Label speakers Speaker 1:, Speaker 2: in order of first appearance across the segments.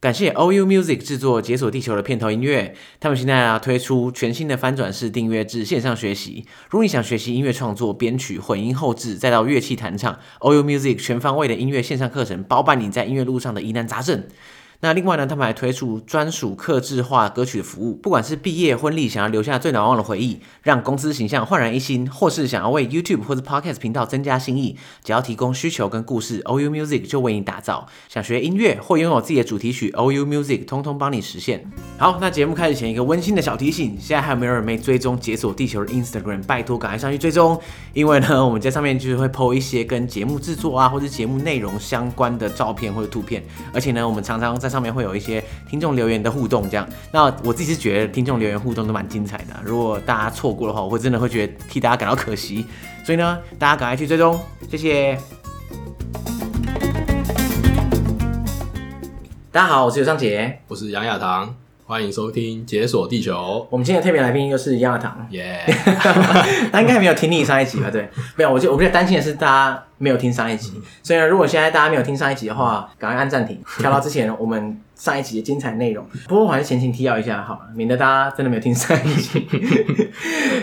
Speaker 1: 感谢 OU Music 制作《解锁地球》的片头音乐。他们现在啊推出全新的翻转式订阅制线上学习。如果你想学习音乐创作、编曲、混音、后置，再到乐器弹唱，OU Music 全方位的音乐线上课程，包办你在音乐路上的疑难杂症。那另外呢，他们还推出专属客制化歌曲的服务，不管是毕业、婚礼想要留下最难忘的回忆，让公司形象焕然一新，或是想要为 YouTube 或是 Podcast 频道增加新意，只要提供需求跟故事，OU Music 就为你打造。想学音乐或拥有自己的主题曲，OU Music 通通帮你实现。好，那节目开始前一个温馨的小提醒，现在还有没有人没追踪解锁地球的 Instagram？拜托赶快上去追踪，因为呢，我们在上面就是会 PO 一些跟节目制作啊，或者节目内容相关的照片或者图片，而且呢，我们常常在上面会有一些听众留言的互动，这样。那我自己是觉得听众留言互动都蛮精彩的啊、如果大家错过的话，我会真的会觉得替大家感到可惜。所以呢，大家赶快去追踪，谢谢。大家好，我是尤尚杰。
Speaker 2: 我是杨亚堂，欢迎收听《解锁地球
Speaker 1: 我们今天的特别来宾又是亚堂》，，
Speaker 2: 耶、
Speaker 1: 他应该没有听你上一集吧？对，没有，我就我比较担心的是大家没有听上一集，所以呢，如果现在大家没有听上一集的话，赶快按暂停，跳到之前我们上一集的精彩内容。不过我还是前情提要一下好了，免得大家真的没有听上一集。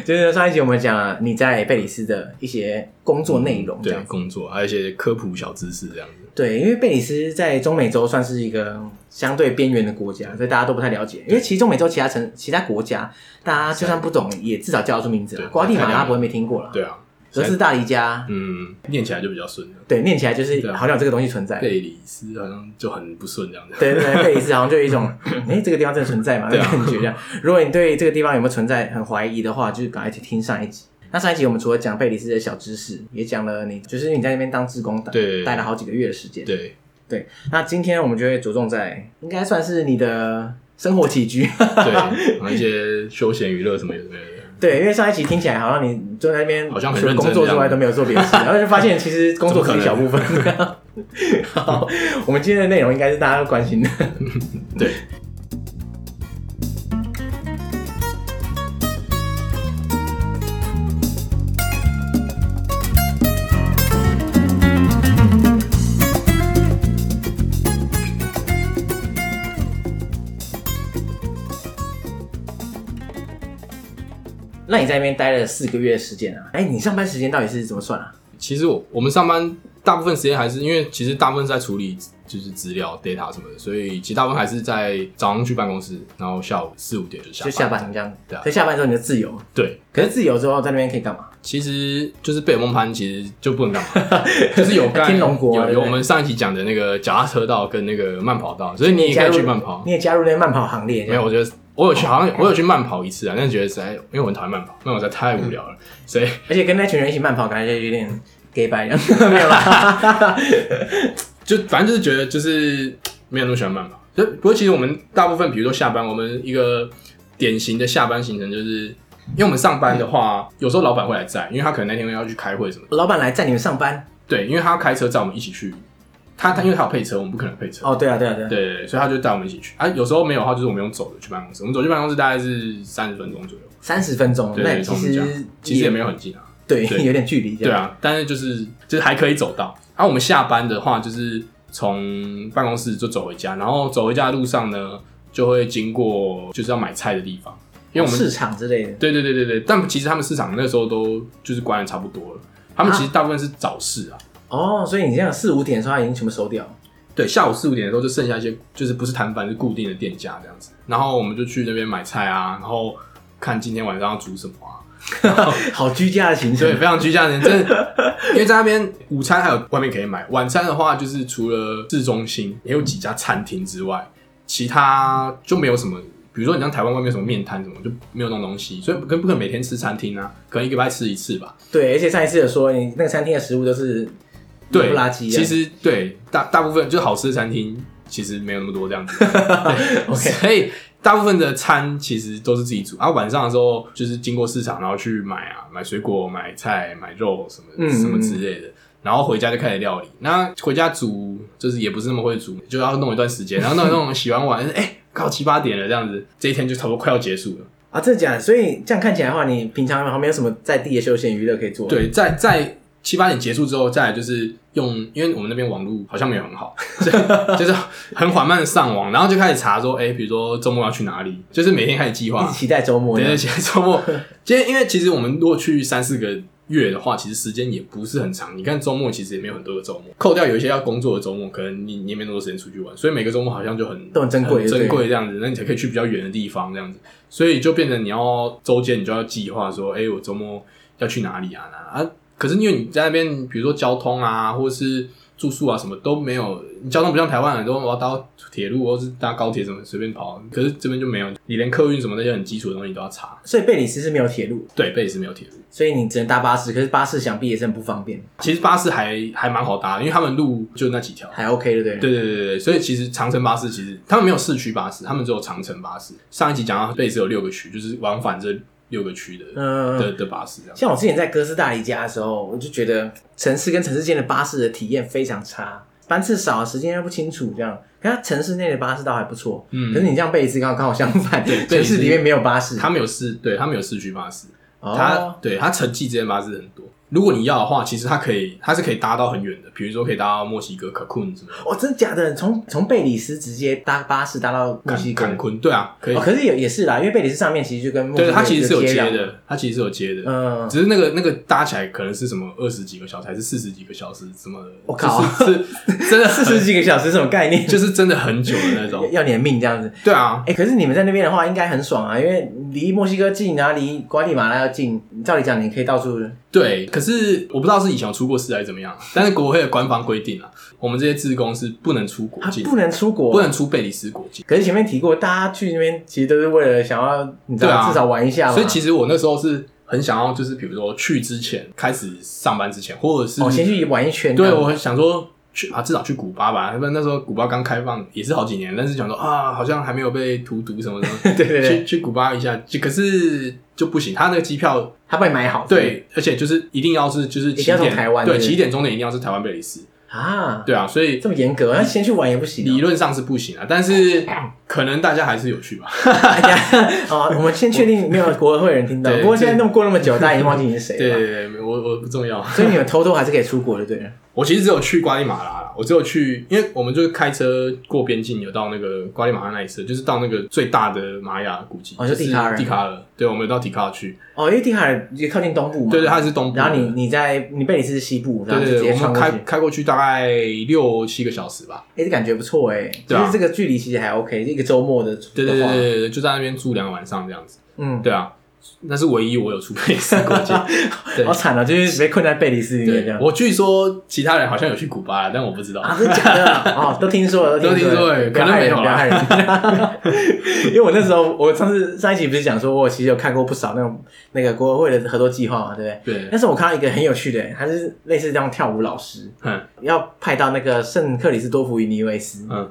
Speaker 1: 就是上一集我们讲了你在贝里斯的一些工作内容，这
Speaker 2: 嗯对啊
Speaker 1: 样，
Speaker 2: 工作还有一些科普小知识这样子。
Speaker 1: 对，因为贝里斯在中美洲算是一个相对边缘的国家，所以大家都不太了解。因为其实中美洲其他城、其他国家，大家就算不懂，也至少叫得出名字啦
Speaker 2: 对
Speaker 1: 瓜地马
Speaker 2: 太了
Speaker 1: 拉
Speaker 2: 解
Speaker 1: 不会没听过啦，
Speaker 2: 对啊，
Speaker 1: 俄斯大黎加，
Speaker 2: 嗯，念起来就比较顺了。
Speaker 1: 对，念起来就是
Speaker 2: 对啊
Speaker 1: 好像有这个东西存在。
Speaker 2: 贝里斯好像就很不顺这样子。
Speaker 1: 对对对，贝里斯好像就有一 种，哎，这个地方真的存在吗？的
Speaker 2: 对啊
Speaker 1: 感觉这样。如果你对这个地方有没有存在很怀疑的话，就是赶快去听上一集。那上一集我们除了讲贝里斯的小知识，也讲了你就是你在那边当志工，
Speaker 2: 对
Speaker 1: 待了好几个月的时间。
Speaker 2: 对
Speaker 1: 那今天我们就会着重在，应该算是你的生活起居。
Speaker 2: 对，然后一些休闲娱乐什么有的没有的。
Speaker 1: 对，因为上一集听起来好像你坐在那边，
Speaker 2: 好像很
Speaker 1: 除了
Speaker 2: 认真
Speaker 1: 工作之
Speaker 2: 这
Speaker 1: 外
Speaker 2: 样
Speaker 1: 都没有做别的事，然后就发现其实工作只是一小
Speaker 2: 怎
Speaker 1: 部分。 好，我们今天的内容应该是大家都关心的。
Speaker 2: 对，
Speaker 1: 那你在那边待了四个月的时间啊？哎、你上班时间到底是怎么算啊？
Speaker 2: 其实我我们上班大部分时间还是因为其实大部分是在处理就是资料 data 什么的，所以其实大部分还是在早上去办公室，然后下午四五点就下
Speaker 1: 就
Speaker 2: 班。
Speaker 1: 下班这样，
Speaker 2: 对啊
Speaker 1: 所以下班之后你就自由。
Speaker 2: 对，
Speaker 1: 可是自由之后在那边可以干 嘛？
Speaker 2: 其实就是贝尔蒙潘，其实就不能干嘛，就 是有干
Speaker 1: 天龙国啊
Speaker 2: 有
Speaker 1: 对
Speaker 2: 有
Speaker 1: 不对
Speaker 2: 我们上一期讲的那个脚踏车道跟那个慢跑道，所以你也可以去慢跑。
Speaker 1: 你也加入那个慢跑行列？这
Speaker 2: 没
Speaker 1: 样
Speaker 2: 有，我觉得我有去，好像我有去慢跑一次啊，但是觉得实在，因为我很讨厌慢跑，慢跑实在太无聊了，
Speaker 1: 嗯
Speaker 2: 所以
Speaker 1: 而且跟那群人一起慢跑，感觉就有点 gay 白这 样，没有啦。
Speaker 2: 就反正就是觉得就是没有那么喜欢慢跑。就不过其实我们大部分，比如说下班，我们一个典型的下班行程就是，因为我们上班的话，有时候老板会来载，因为他可能那天要去开会什么的。
Speaker 1: 老板来载你们上班？
Speaker 2: 对，因为他要开车载我们一起去，他他因为他有配车，我们不可能配车。
Speaker 1: 哦，对啊，对啊，对啊。
Speaker 2: 对对对，所以他就带我们一起去。啊，有时候没有的话，就是我们用走的去办公室。我们走去办公室大概是三十分钟左右。
Speaker 1: 三十分钟，
Speaker 2: 对
Speaker 1: 那
Speaker 2: 对，
Speaker 1: 你
Speaker 2: 从
Speaker 1: 其
Speaker 2: 我们家
Speaker 1: 实
Speaker 2: 其实也没有很近啊。
Speaker 1: 对，
Speaker 2: 对
Speaker 1: 有点距离这
Speaker 2: 对
Speaker 1: 样。
Speaker 2: 啊，但是就是就是还可以走到。啊，我们下班的话，就是从办公室就走回家，然后走回家的路上呢，就会经过就是要买菜的地方，因为我们
Speaker 1: 哦市场之类的，
Speaker 2: 对对对对对，但其实他们市场那时候都就是关的差不多了。他们其实大部分是早市啊，
Speaker 1: 哦，所以你这样四五点的时候，它已经全部收掉了。
Speaker 2: 对，下午四五点的时候就剩下一些，就是不是摊贩，是固定的店家这样子。然后我们就去那边买菜啊，然后看今天晚上要煮什么啊。
Speaker 1: 好居家的行
Speaker 2: 对，
Speaker 1: 程，
Speaker 2: 非常居家人，真的，因为在那边午餐还有外面可以买，晚餐的话就是除了市中心也有几家餐厅之外，其他就没有什么。比如说你像台湾外面有什么面摊什么就没有那种东西，所以不可不可能每天吃餐厅啊，可能一个礼拜吃一次吧。
Speaker 1: 对，而且上一次有说你那个餐厅的食物都是
Speaker 2: 对，
Speaker 1: 不垃圾啊，
Speaker 2: 其实对大大部分就是好吃的餐厅，其实没有那么多 这样子。对
Speaker 1: OK
Speaker 2: 所以大部分的餐其实都是自己煮，啊，晚上的时候就是经过市场，然后去买啊，买水果、买菜、买肉什么
Speaker 1: 嗯
Speaker 2: 什么之类的。然后回家就开始料理，那回家煮就是也不是那么会煮，就要弄一段时间，然后弄一弄洗完碗，哎，靠七八点了这样子，这一天就差不多快要结束了。
Speaker 1: 啊，真的假的？所以这样看起来的话，你平常好像没有什么在地的休闲娱乐可以做。，
Speaker 2: 对，在在七八点结束之后，再来就是用，因为我们那边网络好像没有很好， 所以就是很缓慢的上网，然后就开始查说，哎、比如说周末要去哪里，就是每天开始计
Speaker 1: 一
Speaker 2: 划
Speaker 1: 直。期待周末
Speaker 2: 对，
Speaker 1: 呢
Speaker 2: 而。且周末， 今天因为其实我们如果去三四个月的话，其实时间也不是很长。你看周末其实也没有很多个周末，扣掉有一些要工作的周末，可能你你也没那么多时间出去玩，所以每个周末好像就很
Speaker 1: 都很珍贵对
Speaker 2: 珍贵这样子，那你才可以去比较远的地方这样子，所以就变成你要周间你就要计划说，哎、我周末要去哪里啊？哪啊？可是因为你在那边，比如说交通啊，或是住宿啊，什么都没有。你交通不像台湾，很多我要搭铁路或是搭高铁什么随便跑，可是这边就没有，你连客运什么那些很基础的东西都要查。
Speaker 1: 所以贝里斯是没有铁路，
Speaker 2: 对，贝里斯没有铁路。
Speaker 1: 所以你只能搭巴士，可是巴士想必也是很不方便，
Speaker 2: 其实巴士还还蛮好搭的，因为他们路就那几条。
Speaker 1: 还 OK 对不对？
Speaker 2: 对对对对对，所以其实长城巴士其实他们没有市区巴士，他们只有长城巴士。上一集讲到贝里斯有六个区，就是往返这六个区的、
Speaker 1: 嗯
Speaker 2: 的的巴士这样。
Speaker 1: 像我之前在哥斯达黎加的时候，我就觉得城市跟城市间的巴士的体验非常差，班次少，时间又不清楚，这样。可是它城市内的巴士倒还不错，
Speaker 2: 嗯
Speaker 1: 可是你这样贝里斯刚好刚好相反，
Speaker 2: 对贝
Speaker 1: 城
Speaker 2: 里斯
Speaker 1: 市里面没有巴士，
Speaker 2: 他们有市，对他们有市区巴士，它
Speaker 1: 哦，
Speaker 2: 对它城际之间巴士很多。如果你要的话，其实它可以，它是可以搭到很远的，比如说可以搭到墨西哥可昆什么的，
Speaker 1: 哦，真的假的？从从贝里斯直接搭巴士搭到墨西哥
Speaker 2: 坎，昆，对啊，可以。
Speaker 1: 哦，可是也也是啦，因为贝里斯上面其实就跟墨西
Speaker 2: 对，
Speaker 1: 哥
Speaker 2: 它其实是有
Speaker 1: 接
Speaker 2: 接
Speaker 1: 壤，
Speaker 2: 的，它其实是有接的，
Speaker 1: 嗯，
Speaker 2: 只是那个那个搭起来可能是什么二十几个小时还是四十几个小时什么的，
Speaker 1: 我靠
Speaker 2: 就是是真 的
Speaker 1: 四十几个小时什么概念？。
Speaker 2: 就是真的很久的那种
Speaker 1: 要你的命这样子。
Speaker 2: 对啊，
Speaker 1: 哎、可是你们在那边的话，应该很爽啊，因为离墨西哥近啊，离瓜地马拉要近。照理讲，你可以到处
Speaker 2: 对，可是我不知道是以前有出过事还是怎么样，但是国会的官方规定啊，我们这些职工是不能出国
Speaker 1: 啊，
Speaker 2: 境，
Speaker 1: 不能出国，
Speaker 2: 不能。出贝里斯国境。
Speaker 1: 可是前面提过，大家去那边其实都是为了想要，你知道，
Speaker 2: 对啊
Speaker 1: 至少玩一下嘛。
Speaker 2: 所以其实我那时候是很想要，就是比如说去之前开始上班之前，或者是、
Speaker 1: 哦，先去玩一圈。
Speaker 2: 对我想说去啊，至少去古巴吧。因为那时候古巴刚开放也是好几年，但是想说啊，好像还没有被荼毒什么什么，
Speaker 1: 对对对，
Speaker 2: 去去古巴一下。就可是就不行，他那个机票
Speaker 1: 他帮你买好。
Speaker 2: 对，而且就是一定要是就是
Speaker 1: 定
Speaker 2: 起
Speaker 1: 要从
Speaker 2: 点
Speaker 1: 台湾
Speaker 2: 对
Speaker 1: 是不是
Speaker 2: 起点终点一定要是台湾贝里斯，
Speaker 1: 啊，
Speaker 2: 对啊，所以
Speaker 1: 这么严格，那先去玩也不行、
Speaker 2: 理
Speaker 1: 啊。
Speaker 2: 论上是不行啊，但是可能大家还是有去吧。
Speaker 1: 大家啊，我们先确定没有国会人听到。
Speaker 2: 对
Speaker 1: 不过现在那么过那么久，大家已经忘记你是谁
Speaker 2: 对
Speaker 1: 了嘛。
Speaker 2: 对对，我我不重要。
Speaker 1: 所以你们偷偷还是可以出国的，对了。
Speaker 2: 我其实只有去瓜地马拉啦，我只有去，因为我们就是开车过边境，有到那个瓜地马拉那一侧，就是到那个最大的玛雅古迹，
Speaker 1: 哦就是蒂卡尔
Speaker 2: 蒂卡尔，对，我们有到蒂卡尔去，
Speaker 1: 哦，因为蒂卡尔也靠近东部嘛。
Speaker 2: 对对，它是东部，
Speaker 1: 然后你你在你贝里斯是西部，然后
Speaker 2: 对
Speaker 1: 就直
Speaker 2: 对
Speaker 1: 接
Speaker 2: 对，我
Speaker 1: 穿
Speaker 2: 们
Speaker 1: 过
Speaker 2: 开
Speaker 1: 去，哎、
Speaker 2: 开过去大概六七个小时吧，
Speaker 1: 这感觉不错哎、其
Speaker 2: 对啊
Speaker 1: 实这个距离其实还 OK，一个周末的
Speaker 2: 对对
Speaker 1: 的
Speaker 2: 对
Speaker 1: 话
Speaker 2: 对对，就在那边住两个晚上这样子，
Speaker 1: 嗯，
Speaker 2: 对啊，那是唯一我有出贝里斯国 境，对
Speaker 1: 好惨啊，就是被困在贝里斯里面这
Speaker 2: 对
Speaker 1: 样，
Speaker 2: 我据说其他人好像有去古巴啦，但我不知道，
Speaker 1: 啊，真的假的？ 哦，都听说了，
Speaker 2: 都
Speaker 1: 听
Speaker 2: 听说
Speaker 1: 了，
Speaker 2: 了
Speaker 1: 不要害人
Speaker 2: 可能没有
Speaker 1: 不要
Speaker 2: 啦
Speaker 1: 害 人。因为我那时候，我上次上一期不是讲说，我其实有看过不少那种那个国会的合作计划嘛，对不对？
Speaker 2: 对
Speaker 1: 但，是我看到一个很有趣的，他是类似这样跳舞老师，
Speaker 2: 嗯
Speaker 1: 要派到那个圣克里斯多福与尼维斯，
Speaker 2: 嗯，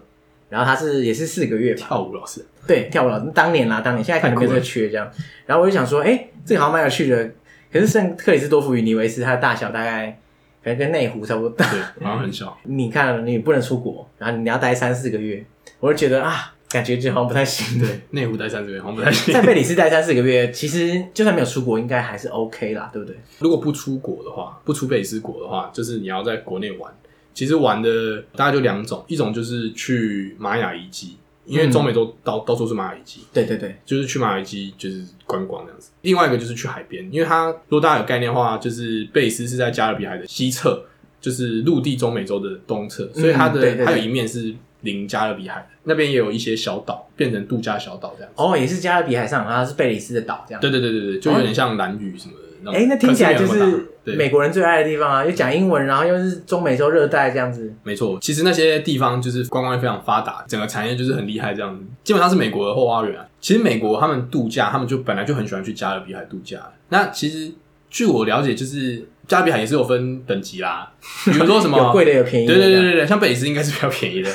Speaker 1: 然后他是也是四个月吧，
Speaker 2: 跳舞老师，
Speaker 1: 对，跳舞老师，当年啦，当年，现在可能没有这个缺这样。然后我就想说，哎、这个好像蛮有趣的。可是圣克里斯多夫与尼维斯，它的大小大概可能跟内湖差不多大。
Speaker 2: 对，好像很小，
Speaker 1: 你看，你不能出国，然后你要待三四个月，我就觉得啊，感觉这好像不太行的。
Speaker 2: 对，内湖待三这边好像不太行，
Speaker 1: 在贝里斯待三四个月，其实就算没有出国，应该还是 OK 啦，对不对？
Speaker 2: 如果不出国的话，不出贝里斯国的话，就是你要在国内玩。其实玩的大概就两种，一种就是去玛雅遗迹，因为中
Speaker 1: 嗯
Speaker 2: 美洲到、到处是玛雅遗迹，
Speaker 1: 对对对，
Speaker 2: 就是去玛雅遗迹就是观光这样子。另外一个就是去海边，因为它如果大家有概念的话，就是贝里斯是在加勒比海的西侧，就是陆地中美洲的东侧，所以它的、
Speaker 1: 嗯对对对
Speaker 2: 它有一面是临加勒比海的，那边也有一些小岛变成度假小岛这样子。
Speaker 1: 哦，也是加勒比海上，然后是贝里斯的岛这样。
Speaker 2: 对对对对对，就有点像蓝屿什么的那种。
Speaker 1: 哎、那听起来就
Speaker 2: 可没有那么大
Speaker 1: 是
Speaker 2: 对
Speaker 1: 美国人最爱的地方啊，又讲英文，然后又是中美洲热带这样子。
Speaker 2: 没错，其实那些地方就是观光业非常发达，整个产业就是很厉害这样子。基本上是美国的后花园啊。其实美国他们度假，他们就本来就很喜欢去加勒比海度假。那其实据我了解，就是加勒比海也是有分等 级啦，比如说什么
Speaker 1: 有贵的，有便宜的
Speaker 2: 对
Speaker 1: 这样，
Speaker 2: 对对对对，像贝里斯应该是比较便宜的，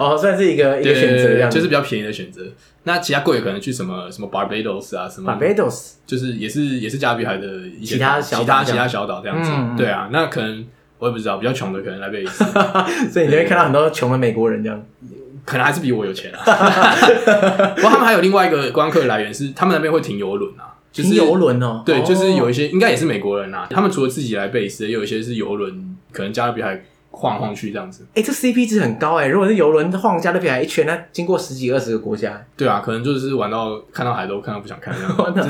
Speaker 1: 哦，算是一 个一个
Speaker 2: 对对
Speaker 1: 选
Speaker 2: 对
Speaker 1: 择这
Speaker 2: 对
Speaker 1: 样
Speaker 2: 对，
Speaker 1: 子，
Speaker 2: 就是比较便宜的选择。那其他贵的可能去什么什么 Barbados 啊，什么
Speaker 1: Barbados
Speaker 2: 就是也是也是加勒比海的一些
Speaker 1: 其他小
Speaker 2: 其
Speaker 1: 岛
Speaker 2: 他
Speaker 1: 这样
Speaker 2: 其他小岛这样子。
Speaker 1: 嗯嗯
Speaker 2: 对啊，那可能我也不知道，比较穷的可能来贝里斯。
Speaker 1: 所以你就会看到很多穷的美国人这样。
Speaker 2: 可能还 是比我有钱啊。不过他们还有另外一个观光客的来源是，他们那边会停游轮啊。就是
Speaker 1: 游轮哦，
Speaker 2: 对，就是有一
Speaker 1: 一
Speaker 2: 些应该也是美国人啦、他们除了自己来贝里斯，也有一些是游轮，可能加勒比海晃来晃去这样子。
Speaker 1: 哎，这 CP 值很高哎，如果是游轮晃加勒比海一圈，那经过十几二十个国家，
Speaker 2: 对啊，可能就是玩到看到海都看到不想看这 样。
Speaker 1: 我操！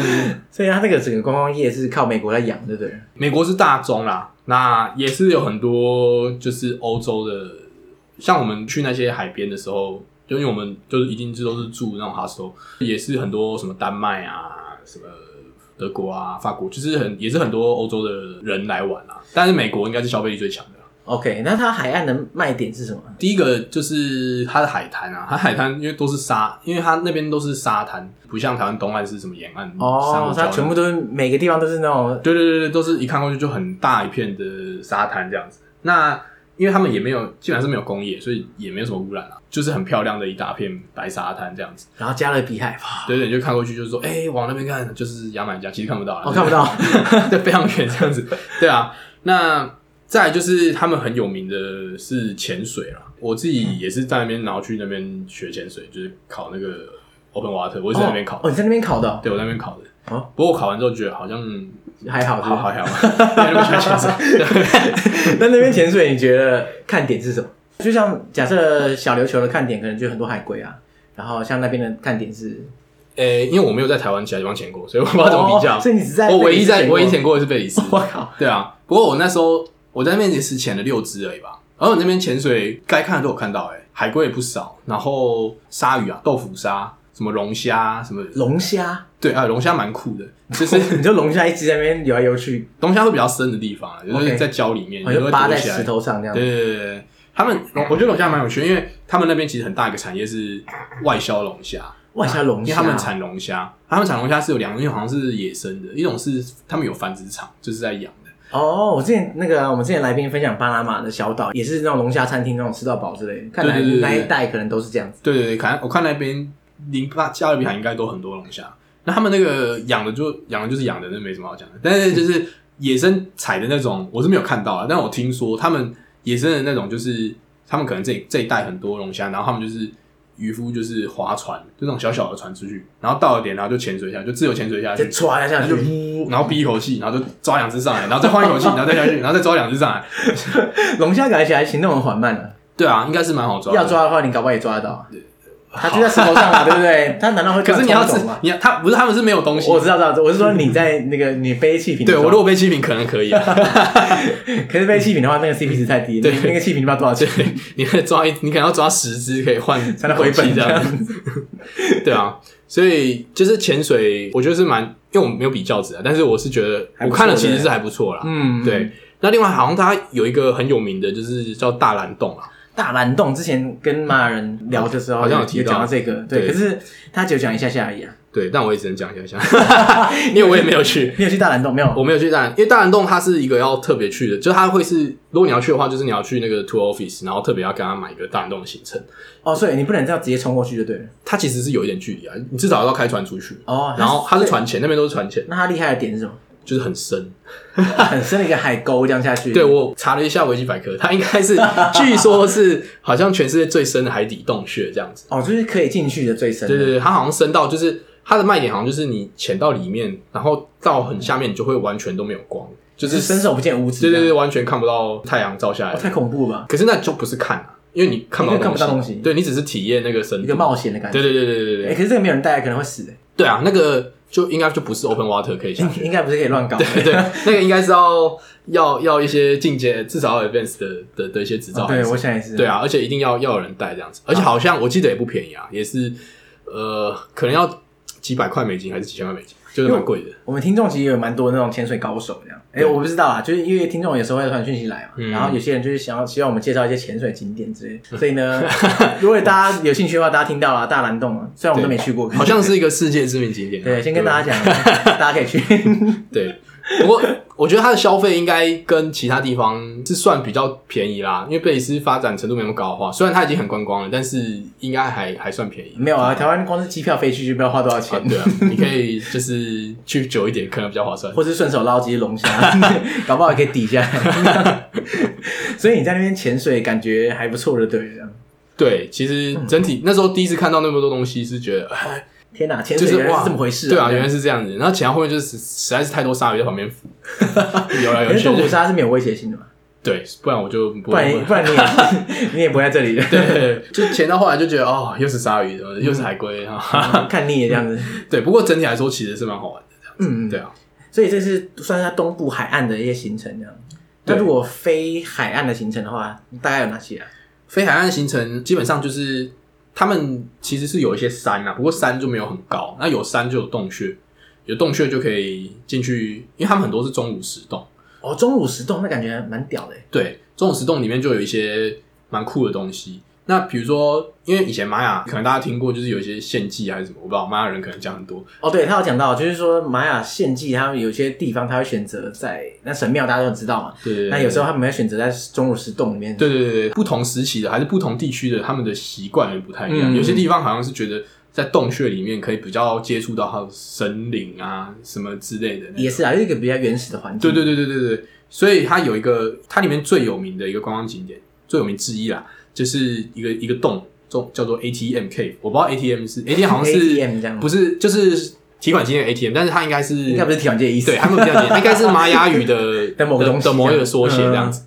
Speaker 1: 所以它那个整个观光业是靠美国在养，对不对？
Speaker 2: 美国是大宗啦，那也是有很多就是欧洲的，像我们去那些海边的时候，就因为我们就是一定是都是住那种 hostel，也是很多什么丹麦啊、什么德国啊、法国，就是很也是很多欧洲的人来玩啦。但是美国应该是消费力最强的啦。
Speaker 1: OK，那它海岸的卖点是什么？
Speaker 2: 第一个就是它的海滩啊，它海滩因为都是沙，因为它那边都是沙滩，不像台湾东岸是什么沿岸珊瑚
Speaker 1: 哦，
Speaker 2: 礁
Speaker 1: 它全部都是每个地方都是那种
Speaker 2: 对对对对，都是一看过去就很大一片的沙滩这样子。那因为他们也没有，基本上是没有工业，所以也没有什么污染啊，就是很漂亮的一大片白沙滩这样子。
Speaker 1: 然后加勒比海，哇
Speaker 2: 对对，你就看过去就是说，哎、往那边看就是牙买加，其实看不到啊，
Speaker 1: 我、哦看不到。
Speaker 2: 到， 对，非常远这样子。对啊，那再来就是他们很有名的是潜水啦，我自己也是在那边，然后去那边学潜水，就是考那个 open water，我也是在那边考
Speaker 1: 哦，哦，你在那边考的哦、
Speaker 2: 对我在那边考的。
Speaker 1: 哦
Speaker 2: 不过我考完之后觉得好像
Speaker 1: 还好是
Speaker 2: 好
Speaker 1: 不是
Speaker 2: 好好，没那么喜欢潜水。
Speaker 1: 那那边潜水，你觉得看点是什么？就像假设小琉球的看点，可能就很多海龟啊。然后像那边的看点是，
Speaker 2: 诶、因为我没有在台湾其他地方潜过，所以我不知道怎么比较。
Speaker 1: 哦所以你只在
Speaker 2: 我唯一
Speaker 1: 贝里
Speaker 2: 在
Speaker 1: 斯潜过
Speaker 2: 唯一潜过的是贝里斯。
Speaker 1: 我靠，
Speaker 2: 对啊，不过我那时候我在那边也是潜了六只而已吧。然后我那边潜水该看的都有看到、欸，海龟也不少，然后鲨鱼啊、豆腐鲨、什么龙虾、什么
Speaker 1: 龙虾，
Speaker 2: 对啊，龙虾蛮酷的，就是
Speaker 1: 你就龙虾一直在那边游来游 去，
Speaker 2: 龙虾会比较深的地方啊，就是
Speaker 1: OK
Speaker 2: 在礁里面，
Speaker 1: 好
Speaker 2: 你会
Speaker 1: 像扒
Speaker 2: 躲
Speaker 1: 在
Speaker 2: 起来
Speaker 1: 石头上这样。
Speaker 2: 对对对对对，他们龙我觉得龙虾蛮有趣的，因为他们那边其实很大一个产业是外销龙虾，
Speaker 1: 外销龙
Speaker 2: 因
Speaker 1: 虾，
Speaker 2: 为他们产龙虾，他们产龙虾是有两种，一种好像是野生的，一种是他们有繁殖场，就是在养的。
Speaker 1: 哦，我之前那个我们之前来宾分享巴拿马的小岛，也是那种龙虾餐厅那种吃到饱之类的，看来
Speaker 2: 对对对对
Speaker 1: 那一带可能都是这样子。
Speaker 2: 对对对，看我看那边零八加勒比海应该都很多龙虾，那他们那个养的就养的就是养的，那没什么好讲的。但是就是野生采的那种，我是没有看到啊，但我听说他们野生的那种，就是他们可能这这一带很多龙虾，然后他们就是。渔夫就是划船，就那种小小的船出去，然后到了点，然后就潜水下去，就自由潜水下去
Speaker 1: 就，唰下
Speaker 2: 然后哎就
Speaker 1: 去，
Speaker 2: 呼，然后憋一口气，然后就抓两只上来，然后再换一口气，然后再下去，然后再抓两只上来。
Speaker 1: 龙虾感觉起来行动很缓慢了，
Speaker 2: 对啊，应该是蛮好抓的。
Speaker 1: 要，抓的话你搞不好也抓得到。啊它就在石头上啊嘛，对不对？它难道会
Speaker 2: 可是你要
Speaker 1: 这
Speaker 2: 是
Speaker 1: 样冲走吗？
Speaker 2: 你要他不是他们是没有东西。
Speaker 1: 啊我知道，知道，我是说你在那个你背气瓶的
Speaker 2: 对
Speaker 1: 时
Speaker 2: 我
Speaker 1: 候，
Speaker 2: 如果被批评，可能可以啊。
Speaker 1: 可是背气瓶的话，那个 CP 值太低，
Speaker 2: 对
Speaker 1: 那个那个气瓶不知道多少钱
Speaker 2: 对，你可以抓一，你可能要抓十只可以换
Speaker 1: 才能回
Speaker 2: 一口气
Speaker 1: 本
Speaker 2: 这
Speaker 1: 这
Speaker 2: 样
Speaker 1: 样
Speaker 2: 子。
Speaker 1: 子。
Speaker 2: 对啊，所以就是潜水，我觉得是蛮，因为我没有比较值啊，但是我是觉得
Speaker 1: 还
Speaker 2: 我
Speaker 1: 不错
Speaker 2: 看了其实是还不错啦。
Speaker 1: 嗯，
Speaker 2: 对，那另外好像它有一个很有名的，就是叫大蓝洞啊。
Speaker 1: 大蓝洞之前跟马尔人聊的时候，
Speaker 2: 好像有提到
Speaker 1: 也讲到这个，对，
Speaker 2: 对
Speaker 1: 可是他只有讲一下下而已啊。
Speaker 2: 对，但我也只能讲一下下， 因为我也没有去。
Speaker 1: 你有去大蓝洞没有？
Speaker 2: 我没有去大蓝，因为大蓝洞它是一个要特别去的，就是它会是，如果你要去的话，就是你要去那个 tour office，然后特别要跟他买一个大蓝洞的行程。
Speaker 1: 哦，所以你不能这样直接冲过去就对了。
Speaker 2: 它其实是有一点距离啊，你至少要开船出去。
Speaker 1: 哦，
Speaker 2: 然后它是船前，那边都是船前，
Speaker 1: 那他厉害的点是什么？
Speaker 2: 就是很深。
Speaker 1: 很深的一个海沟这样下去。
Speaker 2: 对，我查了一下维基百科，它应该是据说是好像全世界最深的海底洞穴这样子。
Speaker 1: 哦，就是可以进去的最深的。
Speaker 2: 对对对，它好像深到就是它的卖点好像就是你潜到里面，然后到很下面你就会完全都没有光，就
Speaker 1: 就是
Speaker 2: 是
Speaker 1: 伸手不见五指。
Speaker 2: 对对对，，完全看不到太阳照下来
Speaker 1: 哦，
Speaker 2: 的
Speaker 1: 太恐怖了吧，
Speaker 2: 可是那就不是看啊，因为你看不到
Speaker 1: 因为看不到东西
Speaker 2: 对你只是体验那个深
Speaker 1: 一
Speaker 2: 度。
Speaker 1: 个冒险的感觉。
Speaker 2: 对对对对对
Speaker 1: 哎，
Speaker 2: 对
Speaker 1: 可是这个没有人带，可能会 死。
Speaker 2: 对啊，那个就应该就不是 open water 可以下去。
Speaker 1: 应该不是可以乱搞的。
Speaker 2: 对 对，那个应该是要要要一些进阶，至少要 advanced 的的的一些执照
Speaker 1: 哦
Speaker 2: 还是
Speaker 1: 对，
Speaker 2: 什么。
Speaker 1: 我想也是。
Speaker 2: 对啊，而且一定要要有人带这样子，而且好像我记得也不便宜啊，也是呃，可能要几百块美金还是几千块美金，就是蛮贵的。
Speaker 1: 我们听众其实有蛮多那种潜水高手这样，哎、
Speaker 2: 对
Speaker 1: 我不知道啊，就是因为听众有时候会传讯息来嘛，
Speaker 2: 嗯
Speaker 1: 然后有些人就是想要希望我们介绍一些潜水景点之类的，所以呢， 如果大家有兴趣的话，大家听到了大蓝洞啊，虽然我们都没去过，
Speaker 2: 好像是一个世界知名景点 啊、
Speaker 1: 对，先跟大
Speaker 2: 家
Speaker 1: 家讲， 大家可以去，
Speaker 2: 对。不过我觉得它的消费应该跟其他地方是算比较便宜啦，因为贝里斯发展程度没那么高的话，虽然它已经很观光了，但是应该还还算便宜。
Speaker 1: 没有啊，台湾光是机票飞去就不知道花多少钱，
Speaker 2: 啊，对啊，你可以就是去久一点，可能比较划算。
Speaker 1: 或是顺手捞几只龙虾， 搞不好也可以抵下 来，所以你在那边潜水感觉还不错的，对了，
Speaker 2: 嗯对，其实整体、那时候第一次看到那么多东西，是觉得哎
Speaker 1: 天哪，潜
Speaker 2: 就
Speaker 1: 水
Speaker 2: 是
Speaker 1: 原来
Speaker 2: 哇
Speaker 1: 是这么回事、
Speaker 2: 对啊，原来是这样子。然后潜到后面就是实实在是太多鲨鱼在旁边 浮，游来
Speaker 1: 可
Speaker 2: 游
Speaker 1: 是
Speaker 2: 去
Speaker 1: 动捕
Speaker 2: 的。
Speaker 1: 鲨是没有威胁性的嘛？
Speaker 2: 对，不然我就不
Speaker 1: 不然不然你也 你也不会在这里，
Speaker 2: 对，嗯就潜到后来就觉得哦，又是鲨鱼，又是海龟哈哈。
Speaker 1: 看腻了这样子。
Speaker 2: 对，不过整体来说其实是蛮好玩的。
Speaker 1: 嗯，嗯
Speaker 2: 对。啊，
Speaker 1: 所以这是算是它东部海岸的一些行程这样。那
Speaker 2: 对
Speaker 1: 如果非海岸的行程的话，大概有哪些啊？
Speaker 2: 非海岸行程基本上就是他们其实是有一些山啊，不过山就没有很高，那有山就有洞穴，有洞穴就可以进去，因为他们很多是钟乳石洞。
Speaker 1: 哦，钟乳石洞那感觉蛮屌的欸。
Speaker 2: 对，钟乳石洞里面就有一些蛮酷的东西。那比如说，因为以前玛雅可能大家听过，就是有一些献祭啊还是什么，我不知道玛雅人可能讲很多，
Speaker 1: 哦，对他有讲到，就是说玛雅献祭，他们有些地方他会选择在那神庙，大家都知道嘛。
Speaker 2: 对对对
Speaker 1: 那有时候他们会选择在钟乳石洞里面。
Speaker 2: 对对对对，不同时期的还是不同地区的，他们的习惯也不太一样。
Speaker 1: 嗯
Speaker 2: 有些地方好像是觉得在洞穴里面可以比较接触到他的神灵啊什么之类的那种，
Speaker 1: 也是啊，就是一个比较原始的环境。
Speaker 2: 对对对对对对，所以它有一个它里面最有名的一个观光景点，最有名之一啦，就是一个一个洞，叫叫做 ATM Cave。我不知道 ATM 是 ATM 好像是
Speaker 1: ATM 这样
Speaker 2: 不是就是提款机那个 ATM，但是它应该是
Speaker 1: 应该不是提款机的意思。
Speaker 2: 对，他们比 较简单，应该是玛雅语的
Speaker 1: 的某个东西啊嗯
Speaker 2: 的某一
Speaker 1: 这
Speaker 2: 个
Speaker 1: 样
Speaker 2: 缩写这样子。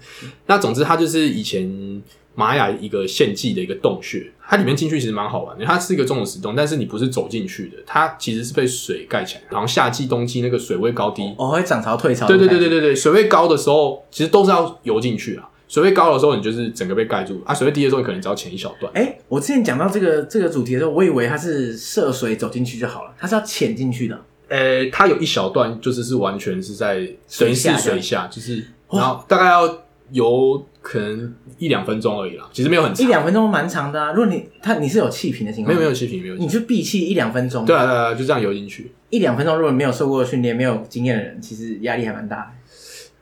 Speaker 2: 那总之，它就是以前玛雅一个献祭的一个洞穴，它里面进去其实蛮好玩的。它是一个钟乳石洞，但是你不是走进去的，它其实是被水盖起来。然后夏季、冬季那个水位高低，
Speaker 1: 哦，会涨潮退潮。
Speaker 2: 对对对对。对对，水位高的时候其实都是要游进去啊。水位高的时候，你就是整个被盖住啊；水位低的时候，你可能只要潜一小段。
Speaker 1: 哎、我之前讲到这个这个主题的时候，我以为它是涉水走进去就好了，它是要潜进去的。
Speaker 2: 呃，它有一小段就是是完全是在等于是
Speaker 1: 水下这
Speaker 2: 水
Speaker 1: 样
Speaker 2: 下，就是
Speaker 1: 哇
Speaker 2: 然后大概要游可能一两分钟而已啦，其实没有很
Speaker 1: 一
Speaker 2: 长，
Speaker 1: 两分钟蛮长的啊。如果你它你是有气瓶的情
Speaker 2: 没
Speaker 1: 况，
Speaker 2: 有没有，气瓶，没有气
Speaker 1: 你
Speaker 2: 瓶。
Speaker 1: 就闭气一两分钟。
Speaker 2: 对啊对啊，对啊就这样游进去。
Speaker 1: 一两分钟，如果没有受过训练、没有经验的人，其实压力还蛮大的。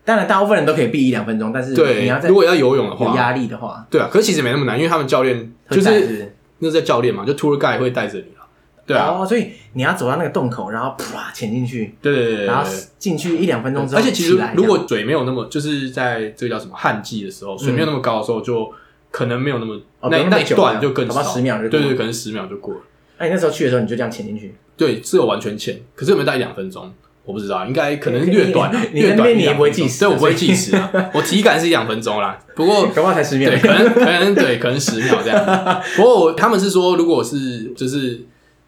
Speaker 1: 当然，大部分人都可以避一两分钟，但是嗯你
Speaker 2: 对
Speaker 1: 要，在
Speaker 2: 如果要游泳的
Speaker 1: 有
Speaker 2: 话，
Speaker 1: 压力的话，
Speaker 2: 对啊，可是其实没那么难，因为他们教练就
Speaker 1: 会带不
Speaker 2: 是那是在教练嘛，就 tour guide 会带着你啦。对啊，
Speaker 1: 哦，所以你要走到那个洞口，然后啪潜进去，
Speaker 2: 对对对对对。
Speaker 1: 然后
Speaker 2: 对
Speaker 1: 进去一两分钟之后
Speaker 2: 而
Speaker 1: 起
Speaker 2: 且
Speaker 1: 来
Speaker 2: 其
Speaker 1: 这
Speaker 2: 实
Speaker 1: 样，
Speaker 2: 如果水没有那么，就是在这个叫什么旱季的时候，水没有那么高的时候，就可能没有那么
Speaker 1: 哦
Speaker 2: 那
Speaker 1: 不用
Speaker 2: 那
Speaker 1: 太
Speaker 2: 一
Speaker 1: 久
Speaker 2: 段
Speaker 1: 了
Speaker 2: 就更
Speaker 1: 搞不
Speaker 2: 少，
Speaker 1: 好10秒就
Speaker 2: 对
Speaker 1: 过
Speaker 2: 对，
Speaker 1: 了
Speaker 2: 可能十秒就过了。
Speaker 1: 那哎你那时候去的时候，你就这样潜进 去，
Speaker 2: 对，只有完全浅，可是有没有到一两分钟？我不知道，应该可能略短啊，
Speaker 1: 你你
Speaker 2: 略
Speaker 1: 那
Speaker 2: 短
Speaker 1: 边你
Speaker 2: 一
Speaker 1: 也
Speaker 2: 两
Speaker 1: 不会
Speaker 2: 分钟
Speaker 1: 计时
Speaker 2: 对，我不
Speaker 1: 所
Speaker 2: 会
Speaker 1: 以
Speaker 2: 计时 啊，我体感是一两分钟啦。不过
Speaker 1: 搞不好才十秒
Speaker 2: 对，。可能可能对，可能十秒 这样。不过我他们是说，如果是就是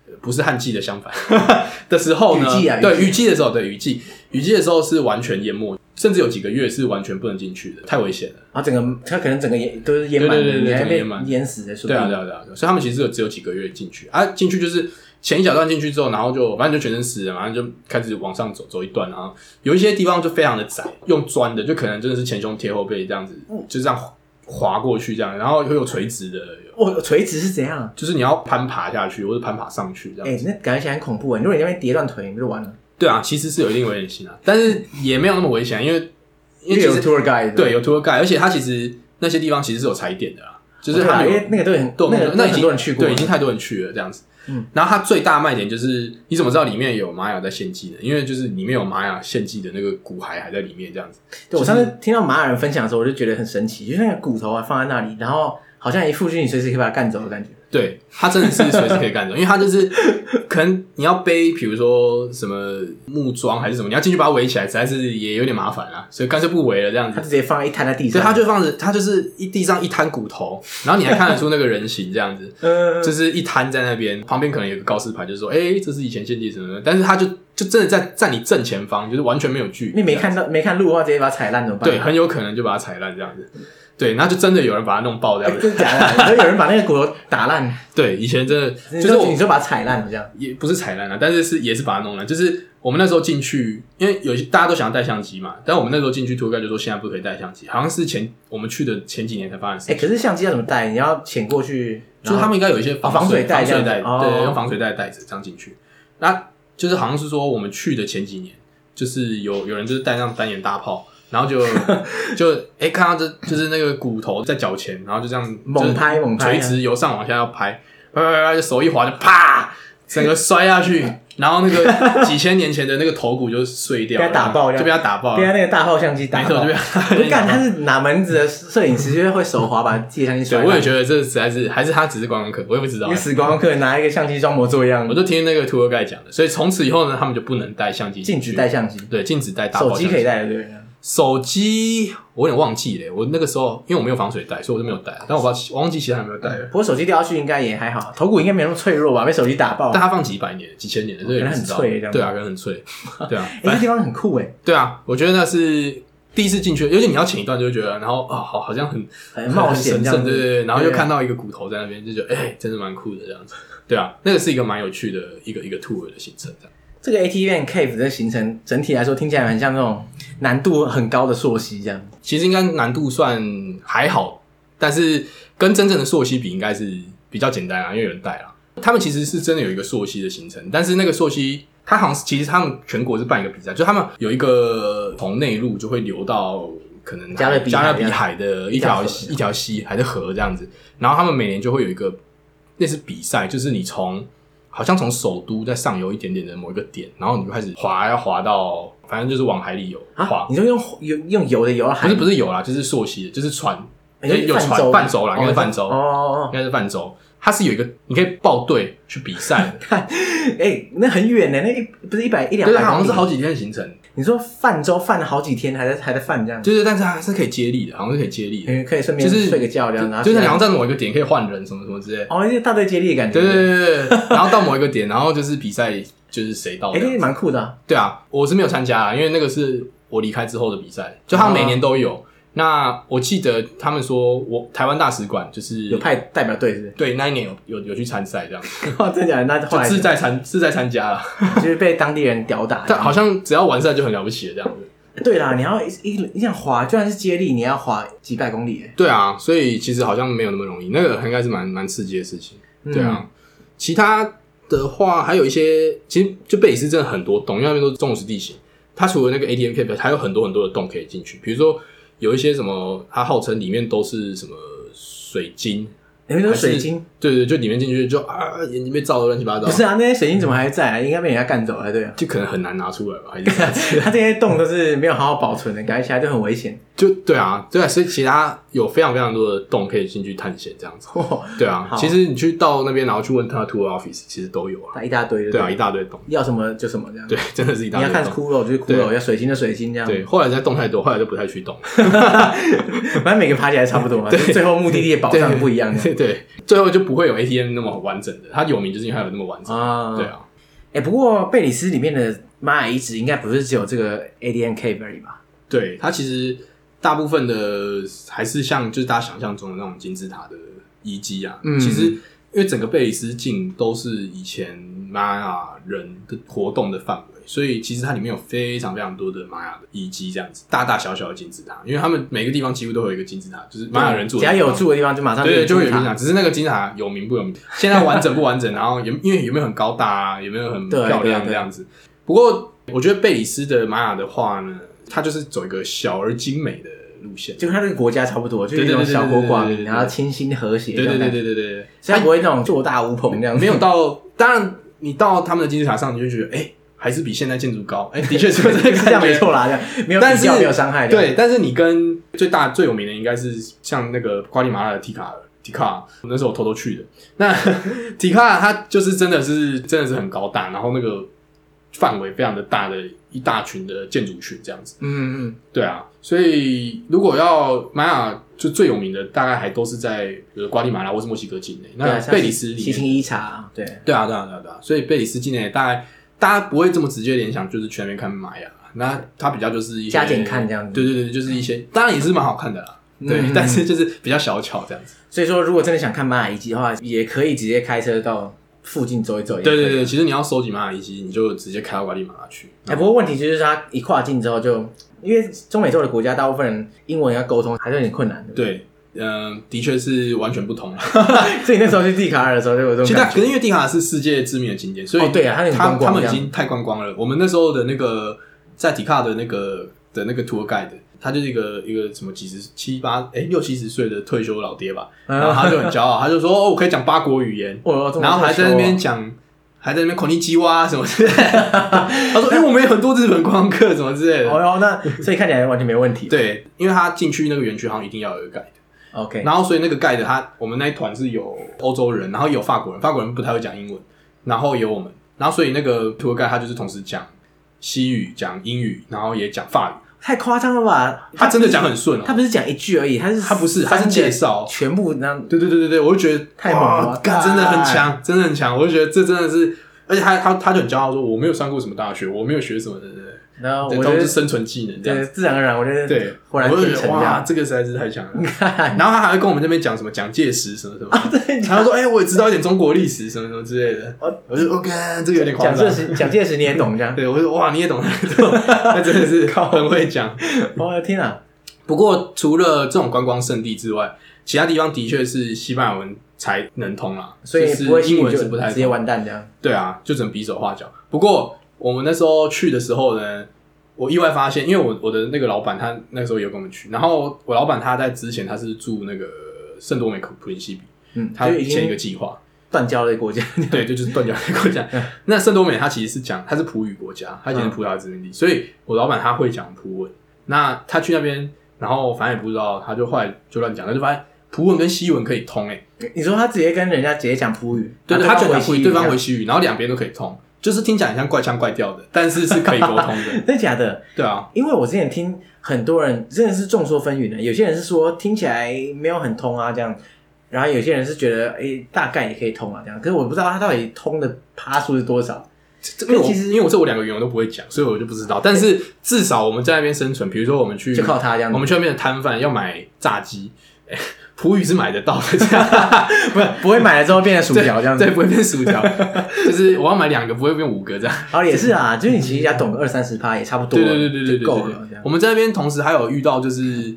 Speaker 2: 呃不是旱季的相反 的时候呢，
Speaker 1: 雨季啊雨季
Speaker 2: 对雨季的时候，对雨季雨季的时候是完全淹没，甚至有几个月是完全不能进去的，太危险了。
Speaker 1: 然后啊整个它可能整个淹都是淹满
Speaker 2: 对对
Speaker 1: 的，
Speaker 2: 对对
Speaker 1: 你还
Speaker 2: 整个
Speaker 1: 被
Speaker 2: 淹满
Speaker 1: 淹死的，说不
Speaker 2: 对啊，
Speaker 1: 定
Speaker 2: 对啊，对啊，对啊所以他们其实有只有几个月进去啊，进去就是前一小段进去之后，然后就反正就全身湿了，然后就开始往上走，走一段，然后有一些地方就非常的窄，用钻的，就可能真的是前胸贴后背这样子，就这样滑过去这样，然后又有垂直的，
Speaker 1: 我哦垂直是怎样啊？
Speaker 2: 就是你要攀爬下去或者攀爬上去这样。
Speaker 1: 哎，那感觉起来很恐怖哎！如果你那边跌断腿，你就完了。
Speaker 2: 对啊，其实是有一定危险性啊，但是也没有那么危险，因为
Speaker 1: 因
Speaker 2: 因为其
Speaker 1: 为有
Speaker 2: 实
Speaker 1: tour guide 的
Speaker 2: 对有 tour guide，而且它其实那些地方其实是有踩点的啦，就是
Speaker 1: 对啊
Speaker 2: 它有
Speaker 1: 因为那个都很
Speaker 2: 对，我
Speaker 1: 那
Speaker 2: 们
Speaker 1: 个
Speaker 2: 那已
Speaker 1: 很
Speaker 2: 经
Speaker 1: 多人去过，
Speaker 2: 对，已经太多人去了这样子。
Speaker 1: 嗯，
Speaker 2: 然后它最大卖点就是，你怎么知道里面有玛雅在献祭呢？因为就是里面有玛雅献祭的那个骨骸还在里面这样子。
Speaker 1: 对我
Speaker 2: 就
Speaker 1: 上
Speaker 2: 是
Speaker 1: 次听到玛雅人分享的时候，我就觉得很神奇，就是那个骨头啊放在那里，然后好像一副是你随时可以把它干走的感觉。
Speaker 2: 对，它真的是随时可以干的，因为它就是可能你要背，比如说什么木桩还是什么，你要进去把它围起来，实在是也有点麻烦啦，所以干脆不围了这 样
Speaker 1: 它就。直
Speaker 2: 子
Speaker 1: 接放在一摊在地
Speaker 2: 所
Speaker 1: 上，
Speaker 2: 以它就放着，它就是一地上一滩骨头，然后你还看得出那个人形这样子。
Speaker 1: 嗯，
Speaker 2: 就是一摊在那边，旁边可能有个告示牌，就是说，哎、这是以前献祭什么的，但是他就就真的在在你正前方，就是完全没有距离，
Speaker 1: 你没看到没看路的话，直接把它踩烂怎么办？
Speaker 2: 对，很有可能就把它踩烂这样子，对，然后就真的有人把它弄爆这
Speaker 1: 哎，
Speaker 2: 样子，
Speaker 1: 真的假的？所以有人把那个骨头打烂，
Speaker 2: 对，以前真的
Speaker 1: 哎你
Speaker 2: 就是
Speaker 1: 说
Speaker 2: 我
Speaker 1: 你说把它踩烂这样？
Speaker 2: 也不是踩烂了、但是是也是把它弄烂，就是我们那时候进去，因为有些大家都想要带相机嘛，但我们那时候进去托盖就说现在不可以带相机，好像是前我们去的前几年才发生的事
Speaker 1: 哎，
Speaker 2: 情。
Speaker 1: 可是相机要怎么带？你要潜过去，
Speaker 2: 就是他们应该有一些防
Speaker 1: 啊防水
Speaker 2: 防
Speaker 1: 袋
Speaker 2: 水
Speaker 1: 这
Speaker 2: 袋，
Speaker 1: 样子
Speaker 2: 对，
Speaker 1: 哦
Speaker 2: 用防水袋带着这样进去。那就是好像是说我们去的前几年，就是有有人就是带上单眼大炮，然后就就哎、看到这就是那个骨头在脚前，然后就这样
Speaker 1: 猛拍
Speaker 2: 就是
Speaker 1: 猛拍啊
Speaker 2: 垂直由上往下要拍，拍拍拍拍，就手一滑就啪，整个摔下去，然后那个几千年前的那个头骨就碎掉了，
Speaker 1: 被他打爆
Speaker 2: 就被他打爆
Speaker 1: 被他
Speaker 2: 了。
Speaker 1: 那个大炮相机打
Speaker 2: 没错，
Speaker 1: 爆
Speaker 2: 就。被
Speaker 1: 我
Speaker 2: 他
Speaker 1: 就 干，他是哪门子的摄影师？就是会手滑把自己的相机摔
Speaker 2: 对，
Speaker 1: 烂。
Speaker 2: 我也觉得这实在是还是他只是观光客，我也不知道
Speaker 1: 一个。死观光客拿一个相机装模作样
Speaker 2: 我，就听那个涂尔盖讲的，所以从此以后呢，他们就不能带相机，
Speaker 1: 禁止带，相机，
Speaker 2: 对，禁止带大包
Speaker 1: 手
Speaker 2: 相
Speaker 1: 机
Speaker 2: 机。啊
Speaker 1: 可以带的，对。
Speaker 2: 手机我有点忘记了，我那个时候因为我没有防水袋，所以我就没有带，但我不知道我忘记其他有没有带了。
Speaker 1: 不过手机掉下去应该也还好，头骨应该没那么脆弱吧？被手机打爆
Speaker 2: 但，它放几百年、几千年了，所以也不知道
Speaker 1: 哦可能很脆这样子
Speaker 2: 对啊，可能很脆，对啊，
Speaker 1: 哎，这地方很酷哎，
Speaker 2: 对啊，我觉得那是第一次进去，尤其你要前一段就会觉得，然后啊，好，好像很
Speaker 1: 很冒险这
Speaker 2: 很神
Speaker 1: 样
Speaker 2: 圣，
Speaker 1: 子。
Speaker 2: 对对对，然后就
Speaker 1: 对啊
Speaker 2: 看到一个骨头在那边，就觉得哎、真的蛮酷的这样子。对啊，那个是一个蛮有趣的一个一个 tour 的行程，这样。
Speaker 1: 这个 ATV and Cave 的行程整体来说听起来很像那种难度很高的溯溪这样。
Speaker 2: 其实应该难度算还好，但是跟真正的溯溪比，应该是比较简单啊，因为有人带啦。他们其实是真的有一个溯溪的行程，但是那个溯溪，它好像是其实他们全国是办一个比赛，就他们有一个从内陆就会流到可能
Speaker 1: 加勒比海
Speaker 2: 加勒比海的一
Speaker 1: 一条
Speaker 2: 条
Speaker 1: 河
Speaker 2: 一条溪还是河这样子，然后他们每年就会有一个类似比赛，就是你从好像从首都再上游一点点的某一个点，然后你就开始滑，要滑到反正就是往海里游
Speaker 1: 啊
Speaker 2: 滑，，
Speaker 1: 你就用用用油的油海，
Speaker 2: 不是不是有啦，就是溯溪的，就是船，
Speaker 1: 哎就是
Speaker 2: 有
Speaker 1: 泛
Speaker 2: 船
Speaker 1: 舟
Speaker 2: 泛舟啦，
Speaker 1: 哦
Speaker 2: 应该是泛舟，
Speaker 1: 哦哦
Speaker 2: 应
Speaker 1: 哦，
Speaker 2: 该是泛舟。它是有一个，你可以报队去比赛 的，
Speaker 1: 哎，那很远呢，那一不是一百一两
Speaker 2: 对，
Speaker 1: 百
Speaker 2: 好像是
Speaker 1: 公里。
Speaker 2: 好几天的行程，
Speaker 1: 你说泛舟泛了好几天，还在还在泛这样，
Speaker 2: 就是但是它是可以接力的，好像是可以接力的，
Speaker 1: 嗯可以顺
Speaker 2: 就
Speaker 1: 便
Speaker 2: 是
Speaker 1: 睡个觉这样，然后
Speaker 2: 就是你好像在某一个点可以换人什么什么之类的，
Speaker 1: 哦，一大队接力的感觉。
Speaker 2: 对对对对对，然后到某一个点，然后就是比赛就是谁到
Speaker 1: 哎，
Speaker 2: 这
Speaker 1: 这
Speaker 2: 样
Speaker 1: 也蛮酷的啊。
Speaker 2: 对啊，我是没有参加啦，因为那个是我离开之后的比赛，就他们每年都
Speaker 1: 哦
Speaker 2: 有。那我记得他们说我台湾大使馆就是
Speaker 1: 有派代表队是
Speaker 2: 对那一年有有有去参赛这样。
Speaker 1: 不是？哇真的假的？那 后
Speaker 2: 就
Speaker 1: 来
Speaker 2: 自在参自在参加了，
Speaker 1: 就是被当地人屌打。
Speaker 2: 但好像只要完赛就很了不起了这样子。
Speaker 1: 对啦，你要一一一样滑，就算是接力，你也要滑几百公里耶。哎
Speaker 2: 对啊，所以其实好像没有那么容易，那个应该是蛮蛮刺激的事情。
Speaker 1: 嗯
Speaker 2: 对啊，其他的话还有一些，其实就贝里斯真的很多洞，因为那边都是重石地形。它除了那个 ATM K，还有很多很多的洞可以进去，比如说有一些什么，它号称里面都是什么水晶，
Speaker 1: 里面都是水晶，
Speaker 2: 对对，就里面进去就啊眼睛被照的乱七八糟。
Speaker 1: 不，是啊？那些水晶怎么还在啊？应该被人家干走了，对 啊
Speaker 2: 就可能很难拿出来吧，还是这样子。
Speaker 1: 它这些洞都是没有好好保存的，感觉起来就很危险。
Speaker 2: 就对啊，对啊，所以其他有非常非常多的洞可以进去探险这样子。
Speaker 1: 哦，
Speaker 2: 对啊
Speaker 1: 好，
Speaker 2: 其实你去到那边，然后去问他 tour office，其实都有啊。
Speaker 1: 它一大堆，
Speaker 2: 对啊，一，大堆洞，
Speaker 1: 要什么就什么这样。
Speaker 2: 对，，真的是一大
Speaker 1: 你要
Speaker 2: 堆
Speaker 1: 看
Speaker 2: 洞。
Speaker 1: 骷髅就是骷髅，
Speaker 2: 对
Speaker 1: 要水晶就水晶这样。
Speaker 2: 对，，后来在洞太多，后来就不太去洞。
Speaker 1: 反正每个爬起来差不多嘛，就是最后目的地的宝藏不一样的
Speaker 2: 对对，最后就不会有 ATM 那么完整的。它有名就是因为它有那么完整。
Speaker 1: 啊。
Speaker 2: 对，啊，
Speaker 1: 哎，不过贝里斯里面的玛雅遗址应该不是只有这个 ADN Cave 而已吧？
Speaker 2: 对，它其实大部分的还是像就是大家想象中的那种金字塔的遗迹啊。
Speaker 1: 嗯
Speaker 2: 其实因为整个贝里斯境都是以前玛雅人的活动的范围，所以其实它里面有非常非常多的玛雅的遗迹，这样子大大小小的金字塔，因为他们每个地方几乎都会有一个金字塔，就是玛雅人住的
Speaker 1: 只
Speaker 2: 地
Speaker 1: 要
Speaker 2: 方，
Speaker 1: 有住的地方就马上
Speaker 2: 对对，就会有一个金字
Speaker 1: 它。
Speaker 2: 塔，只是那个金字塔有名不有名，现在完整不完整， 然后有因为有没有很高大啊，有没有很
Speaker 1: 对
Speaker 2: 漂
Speaker 1: 对对
Speaker 2: 亮这样子。不过我觉得贝里斯的玛雅的话呢，它就是走一个小而精美的路线，
Speaker 1: 就它这个国家差不多，就是
Speaker 2: 对
Speaker 1: 那种
Speaker 2: 对对对
Speaker 1: 小国寡
Speaker 2: 对对
Speaker 1: 民，
Speaker 2: 对对
Speaker 1: 然后清新和谐这
Speaker 2: 对
Speaker 1: 种
Speaker 2: 对
Speaker 1: 感觉。
Speaker 2: 对对对对对，
Speaker 1: 所以它不会那种坐大无朋这样子。
Speaker 2: 没有到，当然你到他们的金字塔上，你就觉得哎、还是比现代建筑高，哎、的确 是这个
Speaker 1: 是这样
Speaker 2: 感
Speaker 1: 没
Speaker 2: 觉。
Speaker 1: 错啦，这样没有
Speaker 2: 但
Speaker 1: 比
Speaker 2: 是
Speaker 1: 较，没有伤害。这样，
Speaker 2: 对，但是你跟最大最有名的应该是像那个瓜地马拉的提卡尔，提卡尔那是我偷偷去的。那 提卡尔它就是真的是真的是很高大，然后那个范围非常的大的一大群的建筑群这样子。
Speaker 1: 嗯嗯，
Speaker 2: 对啊，所以如果要玛雅就最有名的，大概还都是在比如瓜地马拉或是墨西哥境内。
Speaker 1: 对啊
Speaker 2: 那贝里斯
Speaker 1: 像
Speaker 2: 里
Speaker 1: 西
Speaker 2: 面
Speaker 1: 芹伊茶，对，
Speaker 2: 对啊，对啊，对啊，对啊。所以贝里斯境内大概大家不会这么直接联想，就是去那边看玛雅。那它比较就是一些
Speaker 1: 加减看这样子
Speaker 2: 对对对，就是一些当然也是蛮好看的啦，对，
Speaker 1: 嗯
Speaker 2: 但是就是比较小巧这样子。
Speaker 1: 所以说如果真的想看玛雅遗迹的话，也可以直接开车到附近走一走。
Speaker 2: 对对对，。其实你要收集玛雅遗迹，你就直接开到瓜地马拉去。
Speaker 1: 哎，不过问题就是它一跨境之后就，因为中美洲的国家大部分人英文要沟通还是有点困难的。
Speaker 2: 对，嗯、的确是完全不同了。
Speaker 1: 所以那时候去蒂卡尔的时候就有这
Speaker 2: 其
Speaker 1: 种
Speaker 2: 实
Speaker 1: 感
Speaker 2: 可
Speaker 1: 觉。
Speaker 2: 能因为蒂卡是世界知名的景点，所以
Speaker 1: 哦对啊它
Speaker 2: 他
Speaker 1: 有观光
Speaker 2: 他们已
Speaker 1: 这样
Speaker 2: 经太观光了。我们那时候的那个在迪卡的那个的那个 tour guide，他就是一个一个什么几十七八哎六七十岁的退
Speaker 1: 嗯
Speaker 2: 休老爹吧，然后他就很骄傲，他就说哦我可以讲八国语言，
Speaker 1: 我
Speaker 2: 然后还在那边，讲还在那边孔尼基哇什么之类的。 他说：“因为我们有很多日本观光客什么之类
Speaker 1: 哦
Speaker 2: 的。
Speaker 1: 哟，那所以看起来完全没问”题。
Speaker 2: 对，因为他进去那个园区好像一定要有一个 guide，
Speaker 1: ，OK，
Speaker 2: 然后所以那个 guide 他我们那一团是有欧洲人，然后也有法国人，法国人不太会讲英文，然后有我们，然后所以那个 tour guide 他就是同时讲西语、讲英语，然后也讲法语，
Speaker 1: 太夸张了吧？
Speaker 2: 他真的讲很顺哦、
Speaker 1: 他不是讲一句而已，他是
Speaker 2: 他不是
Speaker 1: 三个
Speaker 2: 他是介绍
Speaker 1: 全部那样
Speaker 2: 对对对对对，我就觉得
Speaker 1: 太猛了
Speaker 2: 哇
Speaker 1: 吧
Speaker 2: 干真的很强，真的很强。我就觉得这真的是，而且他他他就很骄傲说我没有上过什么大学，我没有学什么的，对对
Speaker 1: 然后
Speaker 2: 对，
Speaker 1: 哦我
Speaker 2: 都
Speaker 1: 觉
Speaker 2: 是
Speaker 1: 得
Speaker 2: 生存技能这样
Speaker 1: 对
Speaker 2: 子。
Speaker 1: 自然而然，我觉得
Speaker 2: 对，
Speaker 1: 忽然
Speaker 2: 我就
Speaker 1: 变
Speaker 2: 觉
Speaker 1: 成这
Speaker 2: 得哇，
Speaker 1: 样。
Speaker 2: 这个实在是太强了。
Speaker 1: 看，
Speaker 2: 然后他还会跟我们这边讲什么蒋介石什么什么，
Speaker 1: 啊对，
Speaker 2: 然后说哎、我也知道一点中国历史什么什么之类的
Speaker 1: 哦。
Speaker 2: 我就 OK，这个有点夸
Speaker 1: 蒋
Speaker 2: 张
Speaker 1: 介。石，蒋介石你也懂这样？
Speaker 2: 对，我就说哇，你也懂，那真的 是很会讲。
Speaker 1: 我的天啊！
Speaker 2: 不过除了这种观光胜地之外，其他地方的确是西班牙文才能通啦，
Speaker 1: 所以
Speaker 2: 就是
Speaker 1: 不会英
Speaker 2: 英
Speaker 1: 语
Speaker 2: 文
Speaker 1: 就是
Speaker 2: 不太
Speaker 1: 直接
Speaker 2: 通
Speaker 1: 完蛋这样。
Speaker 2: 对啊，就只能比手画脚。不过我们那时候去的时候呢，我意外发现，因为我我的那个老板他那时候有跟我们去，然后我老板他在之前他是住那个圣多美普普林西比，
Speaker 1: 嗯，
Speaker 2: 他
Speaker 1: 就已
Speaker 2: 前一个
Speaker 1: 经
Speaker 2: 计划，嗯
Speaker 1: 断交的国家。
Speaker 2: 对，这就是断交的国家。那圣多美它其实是讲它是葡语国家，它以前是葡萄牙殖民地，所以我老板他会讲葡文。那他去那边，然后反正也不知道，他就后来就乱讲，他就发现葡文跟西文可以通诶、欸
Speaker 1: 你说他直接跟人家直接讲葡语，啊
Speaker 2: 对对，
Speaker 1: 然
Speaker 2: 他
Speaker 1: 后
Speaker 2: 觉得
Speaker 1: 西
Speaker 2: 回
Speaker 1: 语
Speaker 2: 对方
Speaker 1: 这
Speaker 2: 回
Speaker 1: 样，。
Speaker 2: 西语，啊然后两边都可以通，就是听起来很像怪腔怪调的，但是是可以沟通的
Speaker 1: 真的假的？
Speaker 2: 对啊，
Speaker 1: 因为我之前听很多人真的是众说纷纭的，有些人是说听起来没有很通啊这样，然后有些人是觉得诶大概也可以通啊这样，可是我不知道他到底通的趴数是多少。
Speaker 2: 这因为我
Speaker 1: 其实
Speaker 2: 因为我这我两个语言我都不会讲，所以我就不知道。但是至少我们在那边生存，比如说我们去
Speaker 1: 就靠它这样子
Speaker 2: 嗯我们去那边的摊贩要买炸鸡，哎葡语是买得到的，这 样不是。
Speaker 1: 不会买了之后变成薯条这样子，
Speaker 2: 对，不会变薯条，就是我要买两个，不会变五个这样。
Speaker 1: 然后也是啊，就是你其实要懂个二三十趴也差不多
Speaker 2: 对
Speaker 1: 了，
Speaker 2: 对对对对对
Speaker 1: 就
Speaker 2: 对
Speaker 1: 够
Speaker 2: 对
Speaker 1: 了这样哦
Speaker 2: 我。们在那边同时还有遇到，就是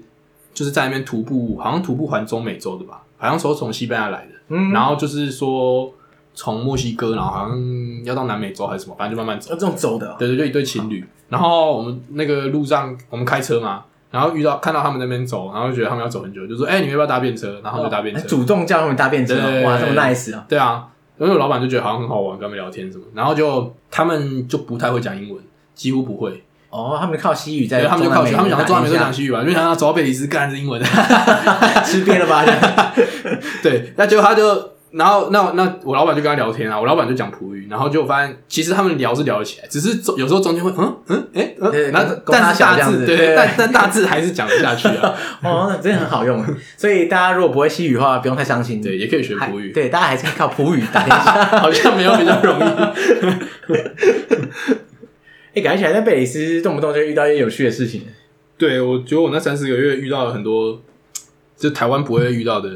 Speaker 2: 就是在那边徒步，好像徒步环中美洲的吧，好像说从西班牙来的，
Speaker 1: 嗯，
Speaker 2: 然后就是说从墨西哥，然后好像要到南美洲还是什么，反正就慢慢走
Speaker 1: 要。这种走的哦，
Speaker 2: 对对，就一对情侣。然后我们那个路上，我们开车嘛，然后遇到看到他们那边走，然后就觉得他们要走很久，就说：“哎、你们要不要搭便车？”然后他们就搭便车。
Speaker 1: 哦哎主动叫他们搭便车
Speaker 2: 对对
Speaker 1: 哦，
Speaker 2: 对
Speaker 1: 哇，这
Speaker 2: 对
Speaker 1: 么 nice 啊！
Speaker 2: 对啊，因为我老板就觉得好像很好玩，跟他们聊天什么，然后就他们就不太会讲英文，几乎不会。
Speaker 1: 哦，他们靠西语在
Speaker 2: 对，
Speaker 1: 中
Speaker 2: 他
Speaker 1: 南
Speaker 2: 们
Speaker 1: 美洲
Speaker 2: 就靠
Speaker 1: 打一下，
Speaker 2: 学，他们想到中南美洲讲西语吧，因为想到走到哦贝里斯干是英文 的。
Speaker 1: 吃瘪了吧？ 这样
Speaker 2: 对，那结果他就，然后那那我老板就跟他聊天啊，我老板就讲葡语，然后就发现其实他们聊是聊得起来，只是中有时候中间会嗯嗯哎，
Speaker 1: 对
Speaker 2: 嗯然后
Speaker 1: 跟跟他
Speaker 2: 但是
Speaker 1: 想
Speaker 2: 大
Speaker 1: 这样
Speaker 2: 致
Speaker 1: 子
Speaker 2: 对
Speaker 1: 对，
Speaker 2: 但 但大致还是讲得下去啊。
Speaker 1: 哦，那真的很好用。所以大家如果不会西语的话，不用太伤心。
Speaker 2: 对，也可以学
Speaker 1: 还
Speaker 2: 葡 语，
Speaker 1: 对，大家还是可以靠葡语打天下。
Speaker 2: 好像没有比较容易。
Speaker 1: 哎，感觉起来在贝里斯动不动就遇到一些有趣的事情，
Speaker 2: 对，我觉得我那三四个月遇到了很多，就台湾不会遇到的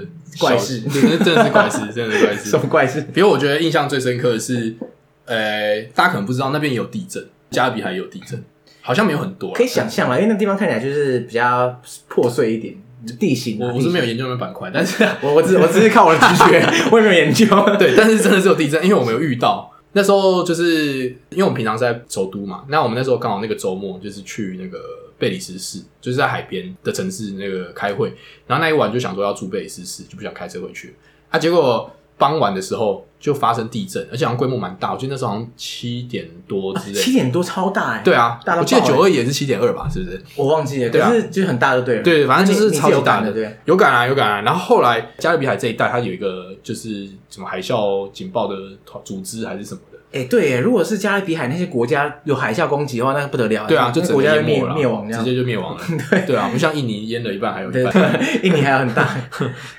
Speaker 2: 小
Speaker 1: 怪事
Speaker 2: 对，那真的是怪事，真的是怪 事
Speaker 1: 什。么怪事？
Speaker 2: 比如我觉得印象最深刻的是，呃，大家可能不知道那边有地震，加勒比海有地震，好像没有很多啊，
Speaker 1: 可以想象啦，因为那地方看起来就是比较破碎一点，地形啊。
Speaker 2: 我我是没有
Speaker 1: 地形，
Speaker 2: 研究那边板块，但是
Speaker 1: 我我只我只是靠我的直 觉，我也没有研究。
Speaker 2: 对，但是真的是有地震，因为我们有遇到。那时候就是因为我们平常是在首都嘛，那我们那时候刚好那个周末就是去那个贝里斯市，就是在海边的城市那个开会，然后那一晚就想说要住贝里斯市，就不想开车回去。啊，结果傍晚的时候就发生地震，而且好像规模蛮大，我记得那时候好像七点多之类
Speaker 1: 啊七
Speaker 2: 的。
Speaker 1: 点多超大哎，
Speaker 2: 对啊
Speaker 1: 大，到
Speaker 2: 我记得
Speaker 1: 爆欸
Speaker 2: 九二也是七点二吧，是不是？
Speaker 1: 我忘记了，
Speaker 2: 对啊
Speaker 1: 可是就是很大就对了。
Speaker 2: 对，反正就
Speaker 1: 那
Speaker 2: 是
Speaker 1: 你你
Speaker 2: 超级
Speaker 1: 有
Speaker 2: 大
Speaker 1: 感的，对。
Speaker 2: 有感啊，有感啊。然后后来加勒比海这一带，它有一个就是什么海啸警报的团组织还是什么的，
Speaker 1: 哎，对耶，如果是加勒比海那些国家有海啸攻击的话，那个不得了。
Speaker 2: 对啊，就
Speaker 1: 那
Speaker 2: 整
Speaker 1: 国
Speaker 2: 个
Speaker 1: 家
Speaker 2: 淹
Speaker 1: 会灭
Speaker 2: 没了啊，
Speaker 1: 灭亡这
Speaker 2: 直
Speaker 1: 样。
Speaker 2: 接就灭 亡了。对啊，不像印尼淹了一半还有一
Speaker 1: 对
Speaker 2: 半，
Speaker 1: 对， 印尼还有很 大，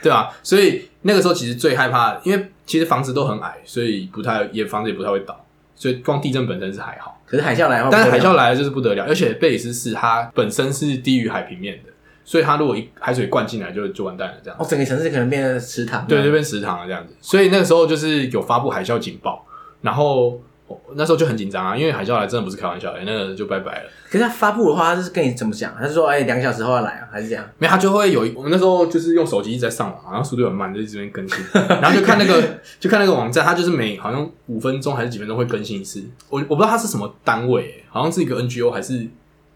Speaker 2: 对啊。所以那个时候其实最害怕，因为其实房子都很矮，所以不太也房子也不太会倒，所以光地震本身是还好，
Speaker 1: 可是海啸来的话不
Speaker 2: 但
Speaker 1: 得了，
Speaker 2: 是海啸来了就是不得了，而且贝里斯市它本身是低于海平面的，所以它如果一海水灌进来就就完蛋了这样。
Speaker 1: 哦，整个城市可能变成池塘。
Speaker 2: 对，就变食堂了这样子。所以那个时候就是有发布海啸警报，然后我那时候就很紧张啊，因为海啸来真的不是开玩笑的，那个就拜拜了。
Speaker 1: 可是他发布的话，他是跟你怎么讲？他是说，哎、两个小时后要来啊，还是这样？
Speaker 2: 没有，他就会有一我们那时候就是用手机一直在上网，然后速度很慢，就一直在更新，然后就看那个就看那个网站，它就是每好像五分钟还是几分钟会更新一次。我我不知道它是什么单位、欸好像是一个 NGO 还是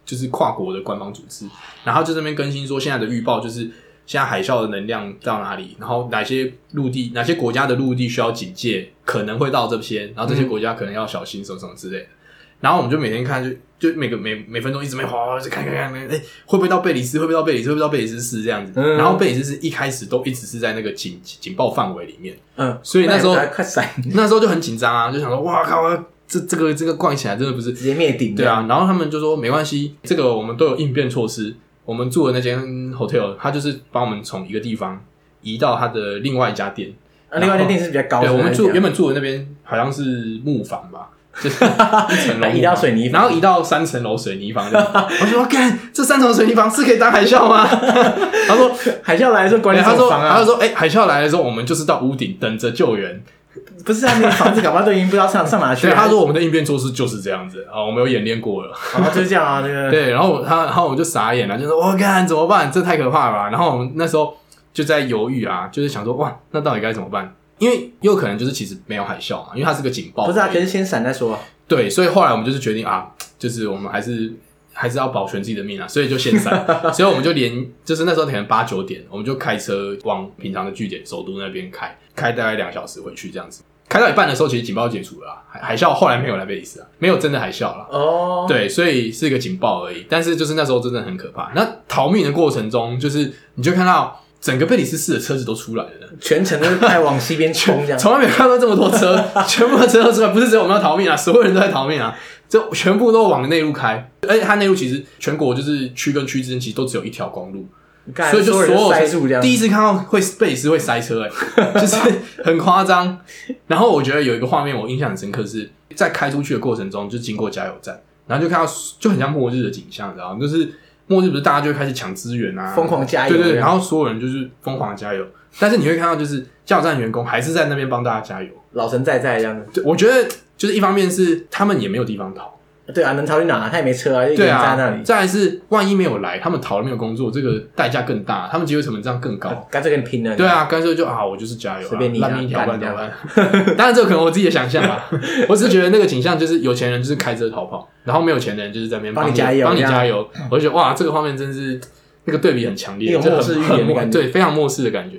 Speaker 2: 就是跨国的官方组织，然后就这边更新说现在的预报就是。现在海啸的能量到哪里，然后哪些陆地、哪些国家的陆地需要警戒，可能会到这些，然后这些国家可能要小心什么什么之类的。然后我们就每天看，就就每个每每分钟一直没滑，就看看看，看哎、会不会到贝里斯？会不会到贝里斯？会不会到贝里斯市这样子？
Speaker 3: 嗯
Speaker 2: 然后贝里斯市一开始都一直是在那个警警报范围里面，
Speaker 3: 嗯，
Speaker 2: 所以那时候
Speaker 3: 还快闪，
Speaker 2: 那时候就很紧张啊，就想说，哇靠，这这个这个逛起来真的不是
Speaker 3: 直接灭顶。
Speaker 2: 对，啊，然后他们就说没关系，这个我们都有应变措施。我们住的那间 hotel，它就是帮我们从一个地方移到它的另外一家店。
Speaker 3: 啊，另外那店是比较高的，
Speaker 2: 对，我们住原
Speaker 3: 本
Speaker 2: 本住的那边好像是木房吧，就是 一层楼木房
Speaker 3: 移到水泥房
Speaker 2: 然后移到三层楼水泥房 这样。我就说，干，这三层楼水泥房是可以当海啸吗？他说，
Speaker 3: 海啸来的时候管理
Speaker 2: 他说，
Speaker 3: 房啊，
Speaker 2: 他就说，哎、海啸来的时候，我们就是到屋顶等着救援。
Speaker 3: 不是啊，你房子搞不好都已经不知道 上上哪去
Speaker 2: 对，
Speaker 3: 了。
Speaker 2: 他说我们的应变措施就是这样子啊、我们有演练过了。
Speaker 3: 哦，就是这样啊，这个
Speaker 2: 对，然后我他，然后我就傻眼了，就说：“我干怎么办？这太可怕了吧！”然后我们那时候就在犹豫啊，就是想说：“哇，那到底该怎么办？”因为有可能就是其实没有海啸嘛，因为它是个警报。
Speaker 3: 不是啊，可是先闪再说啊。
Speaker 2: 对，所以后来我们就是决定啊，就是我们还是还是要保全自己的命啊，所以就先散。 所以我们就连就是那时候可能八九点，我们就开车往平常的据点首都那边开，开大概两小时回去这样子。开到一半的时候，其实警报解除了啊、海海啸后来没有来贝里斯啊，没有真的海啸了。
Speaker 3: 哦，，
Speaker 2: 对，所以是一个警报而已。但是就是那时候真的很可怕。那逃命的过程中，就是你就看到整个贝里斯市的车子都出来了，
Speaker 3: 全程都是快往西边冲这样。
Speaker 2: 从来没有看到这么多车， 全部的车都出来，不是只有我们要逃命啊，所有人都在逃命啊，这全部都往内陆开。而且它内陆其实全国就是区跟区之间其实都只有一条公路，
Speaker 3: 干
Speaker 2: 所以就所
Speaker 3: 人都
Speaker 2: 有
Speaker 3: 塞住这样。
Speaker 2: 第一次看到会贝里斯会 塞车、哎，就是很夸张。然后我觉得有一个画面我印象很深刻是，在开出去的过程中，就经过加油站，然后就看到就很像末日的景象，你知道吗？就是末日不是大家就会开始抢资源啊，
Speaker 3: 疯狂加油
Speaker 2: 对对
Speaker 3: 这
Speaker 2: 对，
Speaker 3: 样
Speaker 2: 然后所有人就是疯狂加油，但是你会看到就是加油站员工还是在那边帮大家加油。
Speaker 3: 老神在在这样子。
Speaker 2: 对我觉得就是一方面是他们也没有地方逃。
Speaker 3: 对啊，能逃去哪？他也没车啊，就一个
Speaker 2: 对
Speaker 3: 人
Speaker 2: 啊
Speaker 3: 站在那，里，
Speaker 2: 再来是万一没有来，他们逃了没有工作，这个代价更大，他们机会成本这样更高。
Speaker 3: 干脆跟你拼了。
Speaker 2: 对，啊，干脆就啊，我就是加油、啊，
Speaker 3: 随便你啊
Speaker 2: 烂命一条
Speaker 3: 干
Speaker 2: 半
Speaker 3: 你
Speaker 2: 条烂。 当然，这可能我自己的想 象啦，我只是觉得那个景象就是有钱人就是开车逃跑，然后没有钱的人就是在那边
Speaker 3: 帮你
Speaker 2: 你
Speaker 3: 加油
Speaker 2: 帮你
Speaker 3: 这样
Speaker 2: 加油。我就觉得哇，这个画面真是那个对比很强烈，
Speaker 3: 一种
Speaker 2: 就
Speaker 3: 末世
Speaker 2: 很
Speaker 3: 预言的
Speaker 2: 很
Speaker 3: 感觉
Speaker 2: 对，非常末世的感觉。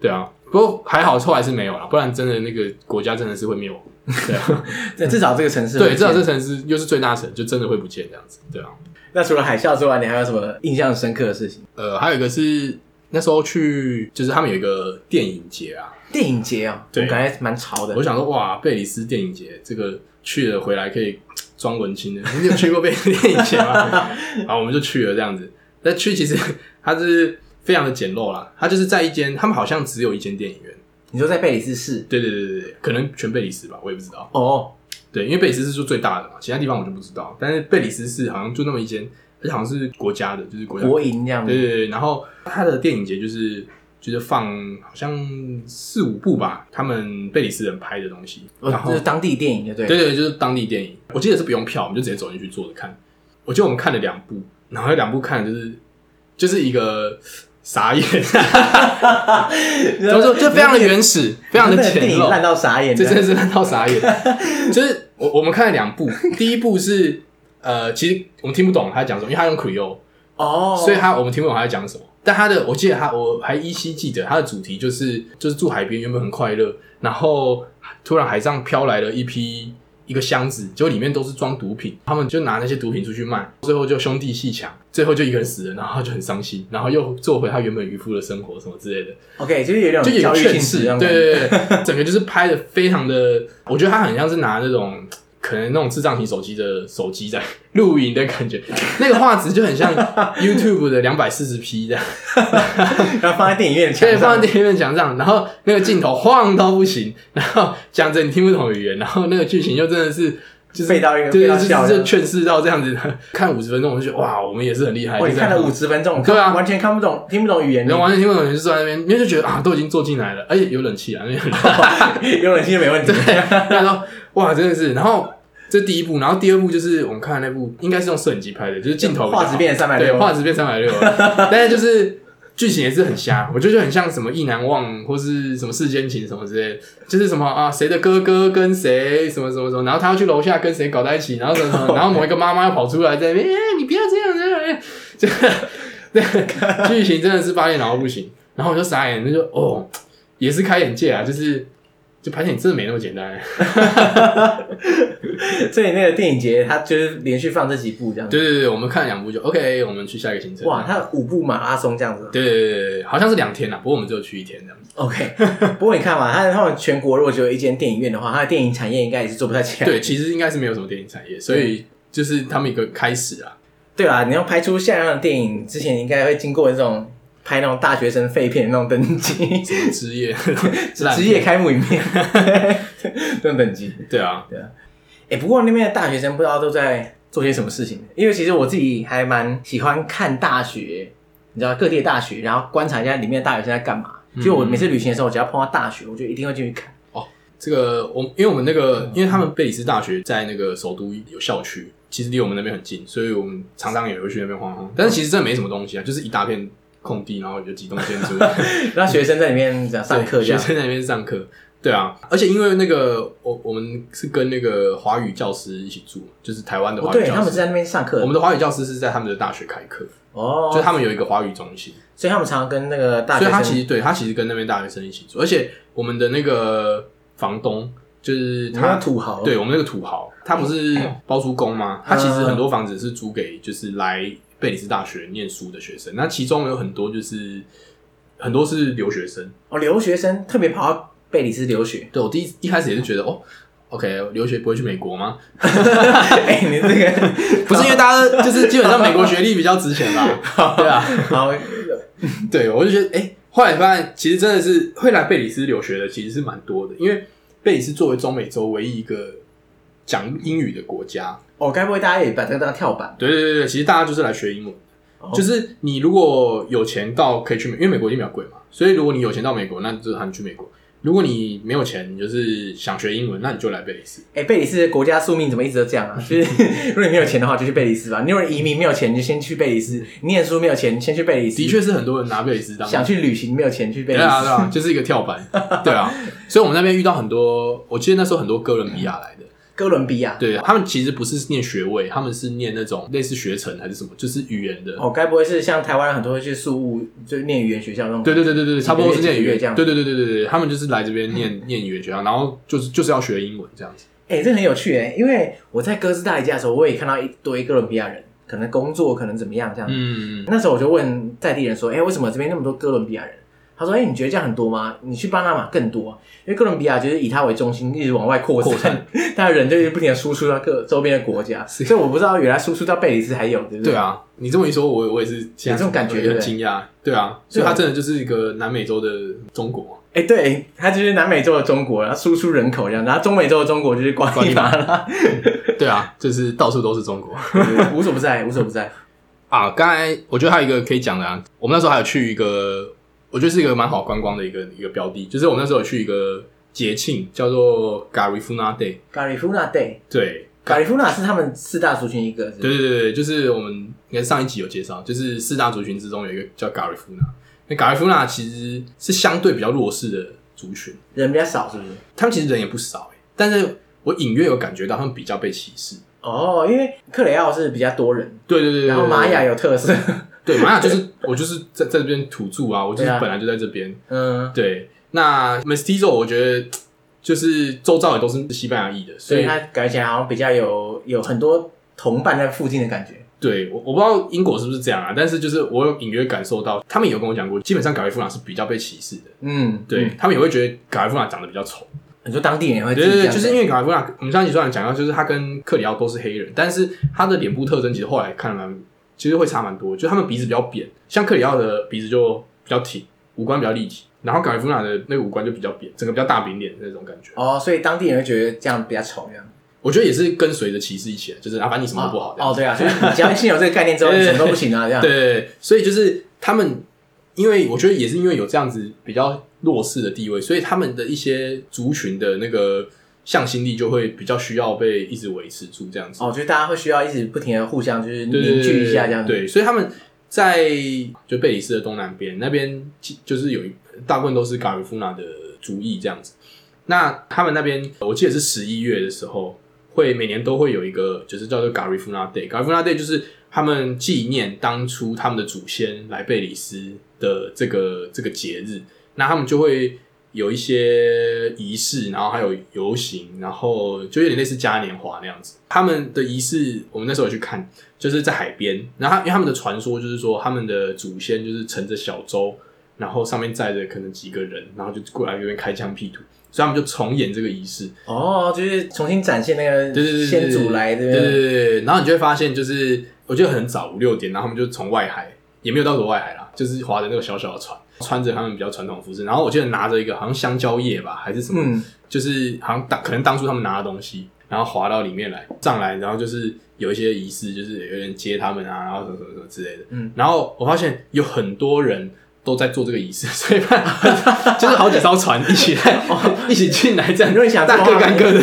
Speaker 2: 对啊，不过还好后来是没有啦，不然真的那个国家真的是会灭亡。对啊，
Speaker 3: 至少这个城市
Speaker 2: 对，
Speaker 3: 会
Speaker 2: 至少
Speaker 3: 见
Speaker 2: 这城市又是最大城，就真的会不见这样子。对啊，
Speaker 3: 那除了海啸之外，你还有什么印象深刻的事情？
Speaker 2: 呃，还有一个是那时候去，就是他们有一个电影节啊，
Speaker 3: 电影节啊，
Speaker 2: 对
Speaker 3: 我感觉蛮潮的
Speaker 2: 我。想说，哇，贝里斯电影节这个去了回来可以装文青的， 你有去过贝里斯电影节吗？ 好，我们就去了这样子。那去其实它是非常的简陋啦，它就是在一间，他们好像只有一间电影院。
Speaker 3: 你说在贝里斯市
Speaker 2: 对对对对对，可能全贝里斯吧，我也不知道。
Speaker 3: 哦，
Speaker 2: 对，因为贝里斯是就最大的嘛，其他地方我就不知道。但是贝里斯是好像就那么一间，而且好像是国家的，就是国家
Speaker 3: 国营这样
Speaker 2: 对
Speaker 3: 子，
Speaker 2: 对对，然后他的电影节就是就是放好像四五部吧，他们贝里斯人拍的东西，
Speaker 3: 哦
Speaker 2: 然后
Speaker 3: 就是当地电影，对不对？
Speaker 2: 对 对，就是当地电影。我记得是不用票，我们就直接走进去坐着看。我记得我们看了两部，然后那两部看的就是就是一个傻眼， 怎么说就非常的原始，非常的哦
Speaker 3: 那个电
Speaker 2: 简
Speaker 3: 影烂
Speaker 2: 陋，
Speaker 3: 到傻眼，
Speaker 2: 这真的是烂到傻眼。就是我我们看了两部，第一部是呃，其实我们听不懂他在讲什么，因为他用 Creole，
Speaker 3: 哦，
Speaker 2: 所以他我们听不懂他在讲什么。但他的我记得他我还依稀记得他的主题就是就是住海边原本很快乐，然后突然海上飘来了一批一个箱子，结果里面都是装毒品，他们就拿那些毒品出去卖，最后就兄弟戏强，最后就一个人死了，然后他就很伤心，然后又做回他原本渔夫的生活什么之类的。
Speaker 3: OK，就是有点
Speaker 2: 就有
Speaker 3: 教育性
Speaker 2: 劝
Speaker 3: 质
Speaker 2: 世
Speaker 3: 这，样子，
Speaker 2: 对对对，整个就是拍的非常的，我觉得他很像是拿那种可能那种智障型手机的手机在 录影的感觉，那个画质就很像 YouTube 的两百四十 P 这样，
Speaker 3: 然后放在电影院的墙
Speaker 2: 对，
Speaker 3: 上，
Speaker 2: 放在电影院墙上，然后那个镜头晃到不行，然后讲着你听不懂的语言，然后那个剧情又真的是。就是
Speaker 3: 废到一个废
Speaker 2: 对对，
Speaker 3: 到
Speaker 2: 就是
Speaker 3: 笑
Speaker 2: 就劝世到这样子的，看五十分钟我就觉得哇，我们也是很厉害。
Speaker 3: 哦，
Speaker 2: 就
Speaker 3: 你
Speaker 2: 这
Speaker 3: 看
Speaker 2: 样
Speaker 3: 了五十分钟，
Speaker 2: 对啊啊
Speaker 3: 完全看不懂，听不懂语言，
Speaker 2: 然后完全听不懂，就坐在那边，因为就觉得啊，都已经坐进来了，而且有冷气啊，因为 很冷。
Speaker 3: 有冷气就没问题。
Speaker 2: 他说：“哇，真的是。”然后这第一部，然后第二部就是我们看的那部，应该是用摄影机拍的，就是镜头比较好
Speaker 3: 画质变三百
Speaker 2: 对，
Speaker 3: 六，
Speaker 2: 画质变三百六， 但是就是剧情也是很瞎，我觉得就很像什么《意难忘》或是什么《世间情》什么之类的，就是什么啊，谁的哥哥跟谁什么什么什么，然后他要去楼下跟谁 啊哎 搞在一起，然后什么什么，然后某一个妈妈要跑出来在那边，哎、你不要这样，这样，这样就剧情真的是八点然后不行，然后我就傻眼，那就哦，也是开眼界啊，就是就盘点真的没那么简单。
Speaker 1: 这里那个电影节，它就是连续放这几部这样子。
Speaker 2: 对对对，我们看两部就 OK，我们去下一个行程。
Speaker 1: 哇，它五部马拉松这样子。
Speaker 2: 对对对对对，好像是两天啦，不过我们只有去一天这样子。
Speaker 1: OK，不 过你看嘛，它他们全国如果只有一间电影院的话，它的电影产业应该也是做不太起来。
Speaker 2: 对，其实应该是没有什么电影产业，所以就是他们一个开始啊。
Speaker 1: 对啦，你要拍出像样的电影之前，应该会经过那种拍那种大学生废片的那种等级，
Speaker 2: 职业
Speaker 1: 职业开幕影片 那种等级。
Speaker 2: 对啊，
Speaker 1: 哎、不过那边的大学生不知道都在做些什么事情，因为其实我自己还蛮喜欢看大学，你知道各地的大学，然后观察一下里面的大学生在干嘛。就我每次旅行的时候，我只要碰到大学，我就一定会进去 看。
Speaker 2: 这个我因为我们那个，因为他们贝里斯大学在那个首都有校区，其实离我们那边很近，所以我们常常也会去那边晃晃。但是其实真的没什么东西啊，就是一大片空地，然后有几栋建筑，
Speaker 1: 让学生在里面上课这
Speaker 2: 学
Speaker 1: 样。
Speaker 2: 生在那边上课。对啊，而且因为那个我我们是跟那个华语教师一起住，就是台湾的
Speaker 1: 哦，
Speaker 2: 华语
Speaker 1: 对，
Speaker 2: 教
Speaker 1: 他
Speaker 2: 师。
Speaker 1: 们是在那边上课
Speaker 2: 我。们的华语教师是在他们的大学开课，
Speaker 1: 哦，
Speaker 2: 就他们有一个华语中心，
Speaker 1: 所以他们常常跟那个大学
Speaker 2: 所
Speaker 1: 生，
Speaker 2: 以他其实对他其实跟那边大学生一起住，而且我们的那个房东就是
Speaker 1: 他
Speaker 2: 他
Speaker 1: 土豪，嗯
Speaker 2: 对我们那个土豪，他不是包租公吗？他其实很多房子是租给就是来贝里斯大学念书的学生，那其中有很多就是很多是留学生。。
Speaker 1: 哦，留学生特别跑到贝里斯留学
Speaker 2: 对我第一一开始也是觉得哦，OK，留学不会去美国吗？
Speaker 1: 哎、你这个
Speaker 2: 不 是因为大家就是基本上美国学历比较值钱吧？对啊，
Speaker 1: 好，
Speaker 2: 对我就觉得哎、后来发现其实真的是会来贝里斯留学的其实是蛮多的，因为贝里斯作为中美洲唯一一个讲英语的国家，
Speaker 1: 哦，该不会大家也把这个当跳板？
Speaker 2: 对对对对，其实大家就是来学英文，
Speaker 1: 哦
Speaker 2: 就是你如果有钱到可以去美，因为美国一定比较贵嘛，所以如果你有钱到美国，那就喊你去美国；如果你没有钱，你就是想学英文，那你就来贝里斯。
Speaker 1: 哎、贝里斯的国家宿命怎么一直都这 样啊？就是如果你没有钱的话，就去贝里斯吧；你如果移民没有钱，你就先去贝里斯；你念书没有钱，先去贝里斯。
Speaker 2: 的，确是很多人拿贝里斯当
Speaker 1: 想去旅行没有钱去贝里
Speaker 2: 对
Speaker 1: 斯。
Speaker 2: 啊对啊，就是一个跳板，对啊。所以我们那边遇到很多，我记得那时候很多哥伦比亚来的，
Speaker 1: 哥伦比亚，
Speaker 2: 对他们其实不是念学位，他们是念那种类似学程还是什么，就是语言的。
Speaker 1: 哦，该不会是像台湾人很多会去宿务，就念语言学校那种？
Speaker 2: 对对对对对，差不多是念语
Speaker 1: 几个月
Speaker 2: 言
Speaker 1: 这样
Speaker 2: 对对对对对对，他们就是来这边念念语言学校，然后就是就是要学英文这样子。
Speaker 1: 哎、这很有趣哎、因为我在哥斯达黎加的时候，我也看到一堆哥伦比亚人，可能工作，可能怎么样这样。
Speaker 2: 嗯，
Speaker 1: 那时候我就问在地人说：“哎、为什么这边那么多哥伦比亚人？”他说：“哎、你觉得这样很多吗？你去巴拿马更多，啊因为哥伦比亚就是以它为中心，一直往外扩
Speaker 2: 扩
Speaker 1: 散
Speaker 2: 散，
Speaker 1: 但人就是不停的输出到各周边的国家，所以我不知道原来输出到贝里斯还有，对不
Speaker 2: 对
Speaker 1: 对
Speaker 2: 啊，你这么一说，我我也是现在
Speaker 1: 有这种感觉
Speaker 2: 有点惊讶。对啊，所以
Speaker 1: 对啊
Speaker 2: 它真的就是一个南美洲的中国，
Speaker 1: 哎、对，它就是南美洲的中国，然后输出人口这样，然后中美洲的中国就是瓜地马拉，
Speaker 2: 对啊，就是到处都是中国
Speaker 1: 对 无所不在，无所不在。
Speaker 2: 啊。刚才我觉得还有一个可以讲的啊，我们那时候还有去一个，我觉得是一个蛮好观光的一个一个标的，就是我们那时候有去一个节庆叫做 Garifuna Day，
Speaker 1: Garifuna Day。
Speaker 2: 对。
Speaker 1: Garifuna 是他们四大族群一个，是不是
Speaker 2: 对对对对，就是我们应该上一集有介绍，就是四大族群之中有一个叫 Garifuna，那 Garifuna 其实是相对比较弱势的族群，
Speaker 1: 人比较少，是不是？
Speaker 2: 他们其实人也不少、欸，但是我隐约有感觉到他们比较被歧视。
Speaker 1: 哦，因为克雷奥是比较多人，
Speaker 2: 对对对对，
Speaker 1: 然后玛雅有特色，
Speaker 2: 对玛雅就是我就是在在这边土著啊，我就是
Speaker 1: 对啊
Speaker 2: 本来就在这边。
Speaker 1: 嗯，
Speaker 2: 对，那 Mestizo 我觉得就是周遭也都是西班牙裔的，所
Speaker 1: 所以
Speaker 2: 以
Speaker 1: 他感觉起来好像比较有有很多同伴在附近的感觉。
Speaker 2: 对我我不知道英国是不是这样啊，但是就是我有隐约感受到，他们也有跟我讲过，基本上卡利夫兰是比较被歧视的。
Speaker 1: 嗯，
Speaker 2: 对、
Speaker 1: 嗯，
Speaker 2: 他们也会觉得卡利夫兰长得比较丑，
Speaker 1: 很多当地人也会自
Speaker 2: 对
Speaker 1: 己
Speaker 2: 对
Speaker 1: 这
Speaker 2: 对，
Speaker 1: 样
Speaker 2: 就是因
Speaker 1: 为
Speaker 2: 为卡利夫兰，我们上一集虽然讲到，就是他跟克里奥都是黑人，但是他的脸部特征其实后来看蛮，其实会差蛮多，就是他们鼻子比较扁，像克里奥的鼻子就比较挺，五官比较立体，然后卡利夫兰的那个五官就比较扁，整个比较大饼脸的那种感觉。
Speaker 1: 哦，所以当地人会觉得这样比较丑，这样。
Speaker 2: 我觉得也是跟随着歧视一起来，就是啊，反正你什么都不好这样
Speaker 1: 哦，对啊，所以你只要先有这个概念之后，你什么都不行啊，这样。
Speaker 2: 对对对，所以就是他们，因为我觉得也是因为有这样子比较弱势的地位，所以他们的一些族群的那个向心力就会比较需要被一直维持住这样子。
Speaker 1: 哦，就是大家会需要一直不停的互相就是
Speaker 2: 对对
Speaker 1: 凝
Speaker 2: 对
Speaker 1: 聚一下这样子。
Speaker 2: 对，所以他们在就贝里斯的东南边那边，其就是有一大部分都是卡瑞夫纳的族裔这样子。那他们那边，我记得是十一月的时候会每年都会有一个，就是叫做 Garifuna Day。Garifuna Day 就是他们纪念当初他们的祖先来贝里斯的这个这个节日，那他们就会有一些仪式，然后还有游行，然后就有点类似嘉年华那样子。他们的仪式，我们那时候有去看，就是在海边。然后他因为他们的传说就是说，他们的祖先就是乘着小舟，然后上面载着可能几个人，然后就过来这边开疆辟土，所以他们就重演这个仪式。
Speaker 1: 哦，就是重新展现那个
Speaker 2: 对对对，对
Speaker 1: 先祖来的，
Speaker 2: 对对对对对。然后你就会发现，就是我记得很早五六点，然后他们就从外海，也没有到多外海啦，就是划着那个小小的船，穿着他们比较传统的服饰，然后我记得拿着一个好像香蕉叶吧，还是什么，
Speaker 1: 嗯，
Speaker 2: 就是好像当可能当初他们拿的东西，然后滑到里面来，上来，然后就是有一些仪式，就是有人接他们啊，然后什么什么什么之类的。
Speaker 1: 嗯，
Speaker 2: 然后我发现有很多人都在做这个仪式，所以就是好几艘船一起来，一起进来这样，
Speaker 1: 如果你想
Speaker 2: 大各干各的，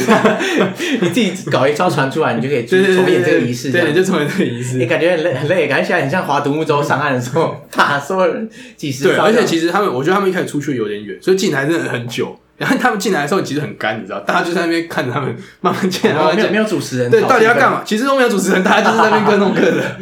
Speaker 1: 你自己搞一艘船出来，你就可以去
Speaker 2: 对对对
Speaker 1: 重演这
Speaker 2: 对对
Speaker 1: 个仪式，这
Speaker 2: 对，
Speaker 1: 样哎
Speaker 2: 就重演这个仪 式
Speaker 1: 你。感觉很累，很累，感觉起来很像划独木舟上岸的时候，啪，所有人几十
Speaker 2: 对，
Speaker 1: 艘
Speaker 2: 而
Speaker 1: 这
Speaker 2: 且
Speaker 1: 样
Speaker 2: 其实他们，我觉得他们一开始出去有点远，所以进来真的很久。然后他们进来的时候，其实很干，你知道，大家就在那边看着他们慢慢进来，慢
Speaker 1: 哦
Speaker 2: 慢
Speaker 1: 没
Speaker 2: 进
Speaker 1: 有
Speaker 2: 来
Speaker 1: 没。有主持人，
Speaker 2: 对，
Speaker 1: 好
Speaker 2: 到底要
Speaker 1: 气氛
Speaker 2: 干？嘛？其实都没有主持人，大家就是在那边各弄各的。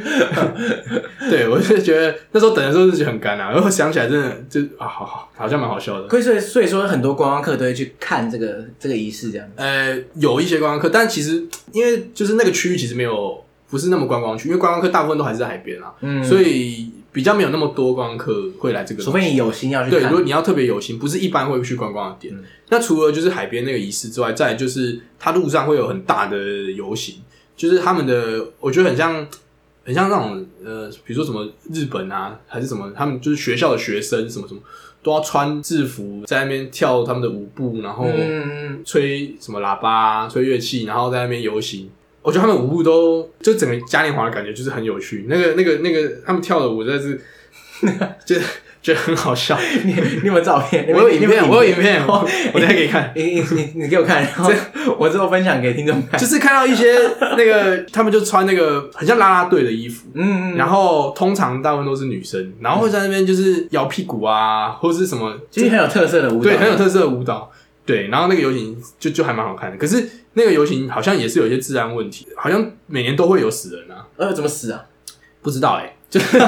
Speaker 2: 对，我就觉得那时候等的时候就觉得很干啊，然后想起来真的就啊，好好，好像蛮好笑的。
Speaker 1: 所以所以所以说很多观光客都会去看这个这个仪式，这样
Speaker 2: 呃，有一些观光客，但其实因为就是那个区域其实没有不是那么观光区，因为观光客大部分都还是在海边啊，
Speaker 1: 嗯
Speaker 2: 所以比较没有那么多观光客会来这个。
Speaker 1: 除非你有心要去
Speaker 2: 对，如
Speaker 1: 看
Speaker 2: 果，你要特别有心，不是一般会去观光的点。
Speaker 1: 嗯
Speaker 2: 那除了就是海边那个仪式之外，再来就是它路上会有很大的游行，就是他们的，我觉得很像，很像那种呃，比如说什么日本啊，还是什么，他们就是学校的学生什么什么，都要穿制服在那边跳他们的舞步，然后
Speaker 1: 嗯，
Speaker 2: 吹什么喇叭、啊、吹乐器，然后在那边游行。我觉得他们舞步都就整个嘉年华的感觉就是很有趣，那个那个那个他们跳的舞真的是， 就觉得很好笑。
Speaker 1: 你你有没有照片？
Speaker 2: 我有影
Speaker 1: 你没
Speaker 2: 片，我有影片，
Speaker 1: 哦
Speaker 2: 我我等一下给你看。
Speaker 1: 你你你你给我看，然后我之后分享给听众看。
Speaker 2: 就是看到一 些那个，他们就穿那个很像啦啦队的衣服，
Speaker 1: 嗯，嗯嗯
Speaker 2: 然后通常大部分都是女生，然后会在那边就是摇屁股啊，或者是什么，
Speaker 1: 其实很有特色的舞蹈，
Speaker 2: 对，很有特色的舞蹈。对，然后那个游行就就还蛮好看的，可是那个游行好像也是有一些治安问题，好像每年都会有死人啊，
Speaker 1: 呃，怎么死啊？
Speaker 2: 不知道哎、 就是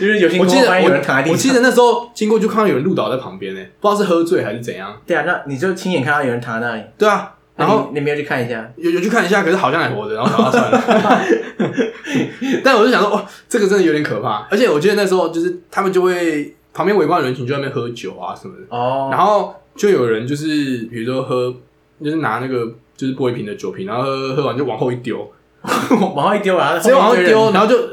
Speaker 1: 就是有些
Speaker 2: 我记得
Speaker 1: 发现有人躺在地上，
Speaker 2: 我，我记得那时候经过就看到有人路倒在旁边呢、欸不知道是喝醉还是怎样。
Speaker 1: 对啊，那你就亲眼看到有人躺在那里，
Speaker 2: 对啊，
Speaker 1: 那
Speaker 2: 然后
Speaker 1: 你你没有去看一下？
Speaker 2: 有有去看一下，可是好像还活着，然后把它算了。 但我就想说，哇，这个真的有点可怕。而且我记得那时候就是他们就会旁边围观的人群就在那边喝酒啊什么的，
Speaker 1: 哦，
Speaker 2: 然后就有人就是比如说喝，就是拿那个就是玻璃瓶的酒瓶，然后喝喝完就往后一丢，
Speaker 1: 后 往后一丢，然后
Speaker 2: 直接往后
Speaker 1: 面
Speaker 2: 丢，然后就。呃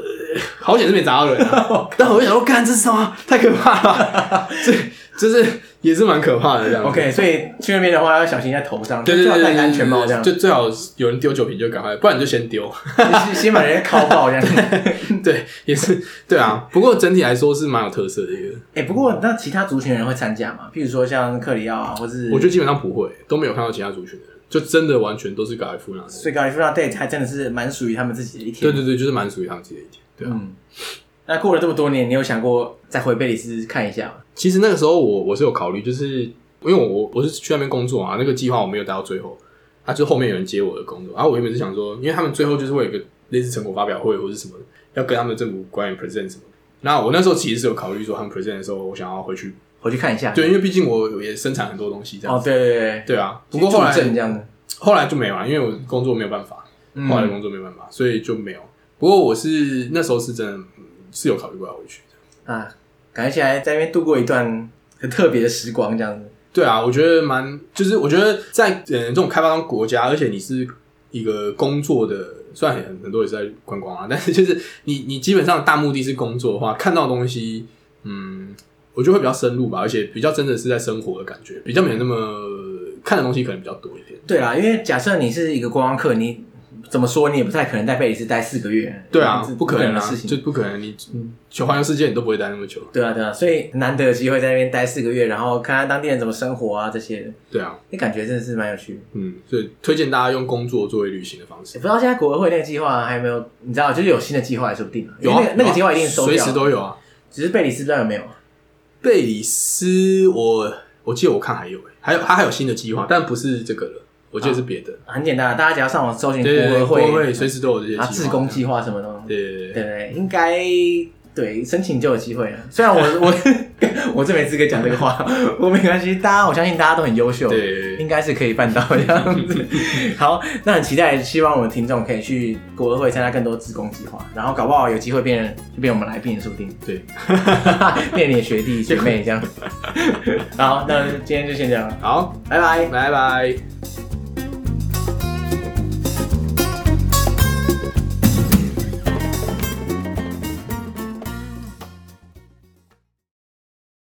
Speaker 2: 好险是没砸到人、 啊，但我就想说，干这是什么？太可怕了，这就是也是蛮可怕的这样子。
Speaker 1: OK，所以去那边的话要小心在头上，
Speaker 2: 对对
Speaker 1: 最
Speaker 2: 对
Speaker 1: 好
Speaker 2: 对，
Speaker 1: 戴
Speaker 2: 对
Speaker 1: 安全帽这样，
Speaker 2: 就最好有人丢酒瓶就赶快，不然你就先丢。
Speaker 1: 先先把人家铐爆这样。
Speaker 2: 对，也是对啊。不过整体来说是蛮有特色的一个，
Speaker 1: 哎，不过那其他族群的人会参加吗？譬如说像克里奥啊，或是
Speaker 2: 我觉得基本上不会，都没有看到其他族群的人，就真的完全都是格莱夫纳的人。
Speaker 1: 所以高利夫 day 还真的是蛮属于他们自己的一天。
Speaker 2: 对对对，就是蛮属于他们自己的一天。对啊，
Speaker 1: 嗯，那过了这么多年，你有想过再回贝里斯看一下吗？
Speaker 2: 其实那个时候我我是有考虑，就是因为我我我是去那边工作啊，那个计划我没有待到最后，啊，就后面有人接我的工作，然、后我原本是想说，因为他们最后就是会有一个类似成果发表会或是什么的，要跟他们的政府官员 present 什么的。那我那时候其实是有考虑说，他们 present 的时候，我想要回去，
Speaker 1: 回去看一下。
Speaker 2: 对，因为毕竟我也生产很多东西这样
Speaker 1: 哦，
Speaker 2: 子。
Speaker 1: 对对对对。
Speaker 2: 对啊，不过后来
Speaker 1: 助阵这样的，
Speaker 2: 后来就没有了，因为我工作没有办法，
Speaker 1: 嗯
Speaker 2: 后来的工作没有办法，所以就没有。不过我是那时候是真的嗯是有考虑过要回去。
Speaker 1: 啊，感觉起来在那边度过一段很特别的时光，这样子。
Speaker 2: 对啊，我觉得蛮，就是我觉得在嗯这种开发商国家，而且你是一个工作的，虽然很很多也是在观光啊，但是就是你你基本上大目的是工作的话，看到的东西，嗯，我觉得会比较深入吧，而且比较真的是在生活的感觉，比较没有那么看的东西可能比较多一点。
Speaker 1: 对啦，因为假设你是一个观光客，你怎么说你也不太可能在贝里斯待四个月，
Speaker 2: 对啊
Speaker 1: 嗯这是，嗯
Speaker 2: 不可能
Speaker 1: 的
Speaker 2: 啊
Speaker 1: 事，情。
Speaker 2: 就不可能你你全环游世界你都不会待那么久。
Speaker 1: 对啊，对啊，所以难得有机会在那边待四个月，然后看看当地人怎么生活啊这些的，
Speaker 2: 对啊，
Speaker 1: 那感觉真的是蛮有趣的。
Speaker 2: 嗯，所以推荐大家用工作作为旅行的方
Speaker 1: 也
Speaker 2: 式。
Speaker 1: 不知道现在国合会那个计划还有没有，你知道，就是有新的计划也说不定啊。
Speaker 2: 有
Speaker 1: 因为
Speaker 2: 啊，
Speaker 1: 那个那
Speaker 2: 有
Speaker 1: 个
Speaker 2: 啊
Speaker 1: 计划一定收掉，
Speaker 2: 随时都有啊。
Speaker 1: 只是贝里斯不知道有没有啊。
Speaker 2: 贝里斯我，我记得我看还有、欸，还有他还有新的计划，但不是这个了。我我记得是别的。
Speaker 1: 很简单，大家只要上网搜寻
Speaker 2: 对对对，
Speaker 1: 哎国会
Speaker 2: 国会随时都有这些计
Speaker 1: 啊、
Speaker 2: 划。
Speaker 1: 自工计划什么的，
Speaker 2: 对对对对，
Speaker 1: 对，应该对申请就有机会了。虽然我 我我最没资格讲这个话，我没关系，大家我相信大家都很优秀，
Speaker 2: 对
Speaker 1: 应该是可以办到这样 子。好，那很期待，希望我们听众可以去国合会参加更多自工计划，然后搞不好有机会变成就变我们来宾也说不定，
Speaker 2: 对，
Speaker 1: 变你的学弟学妹这样。好，那今天就先这样了，
Speaker 2: 好，
Speaker 1: 拜拜。
Speaker 2: 拜拜。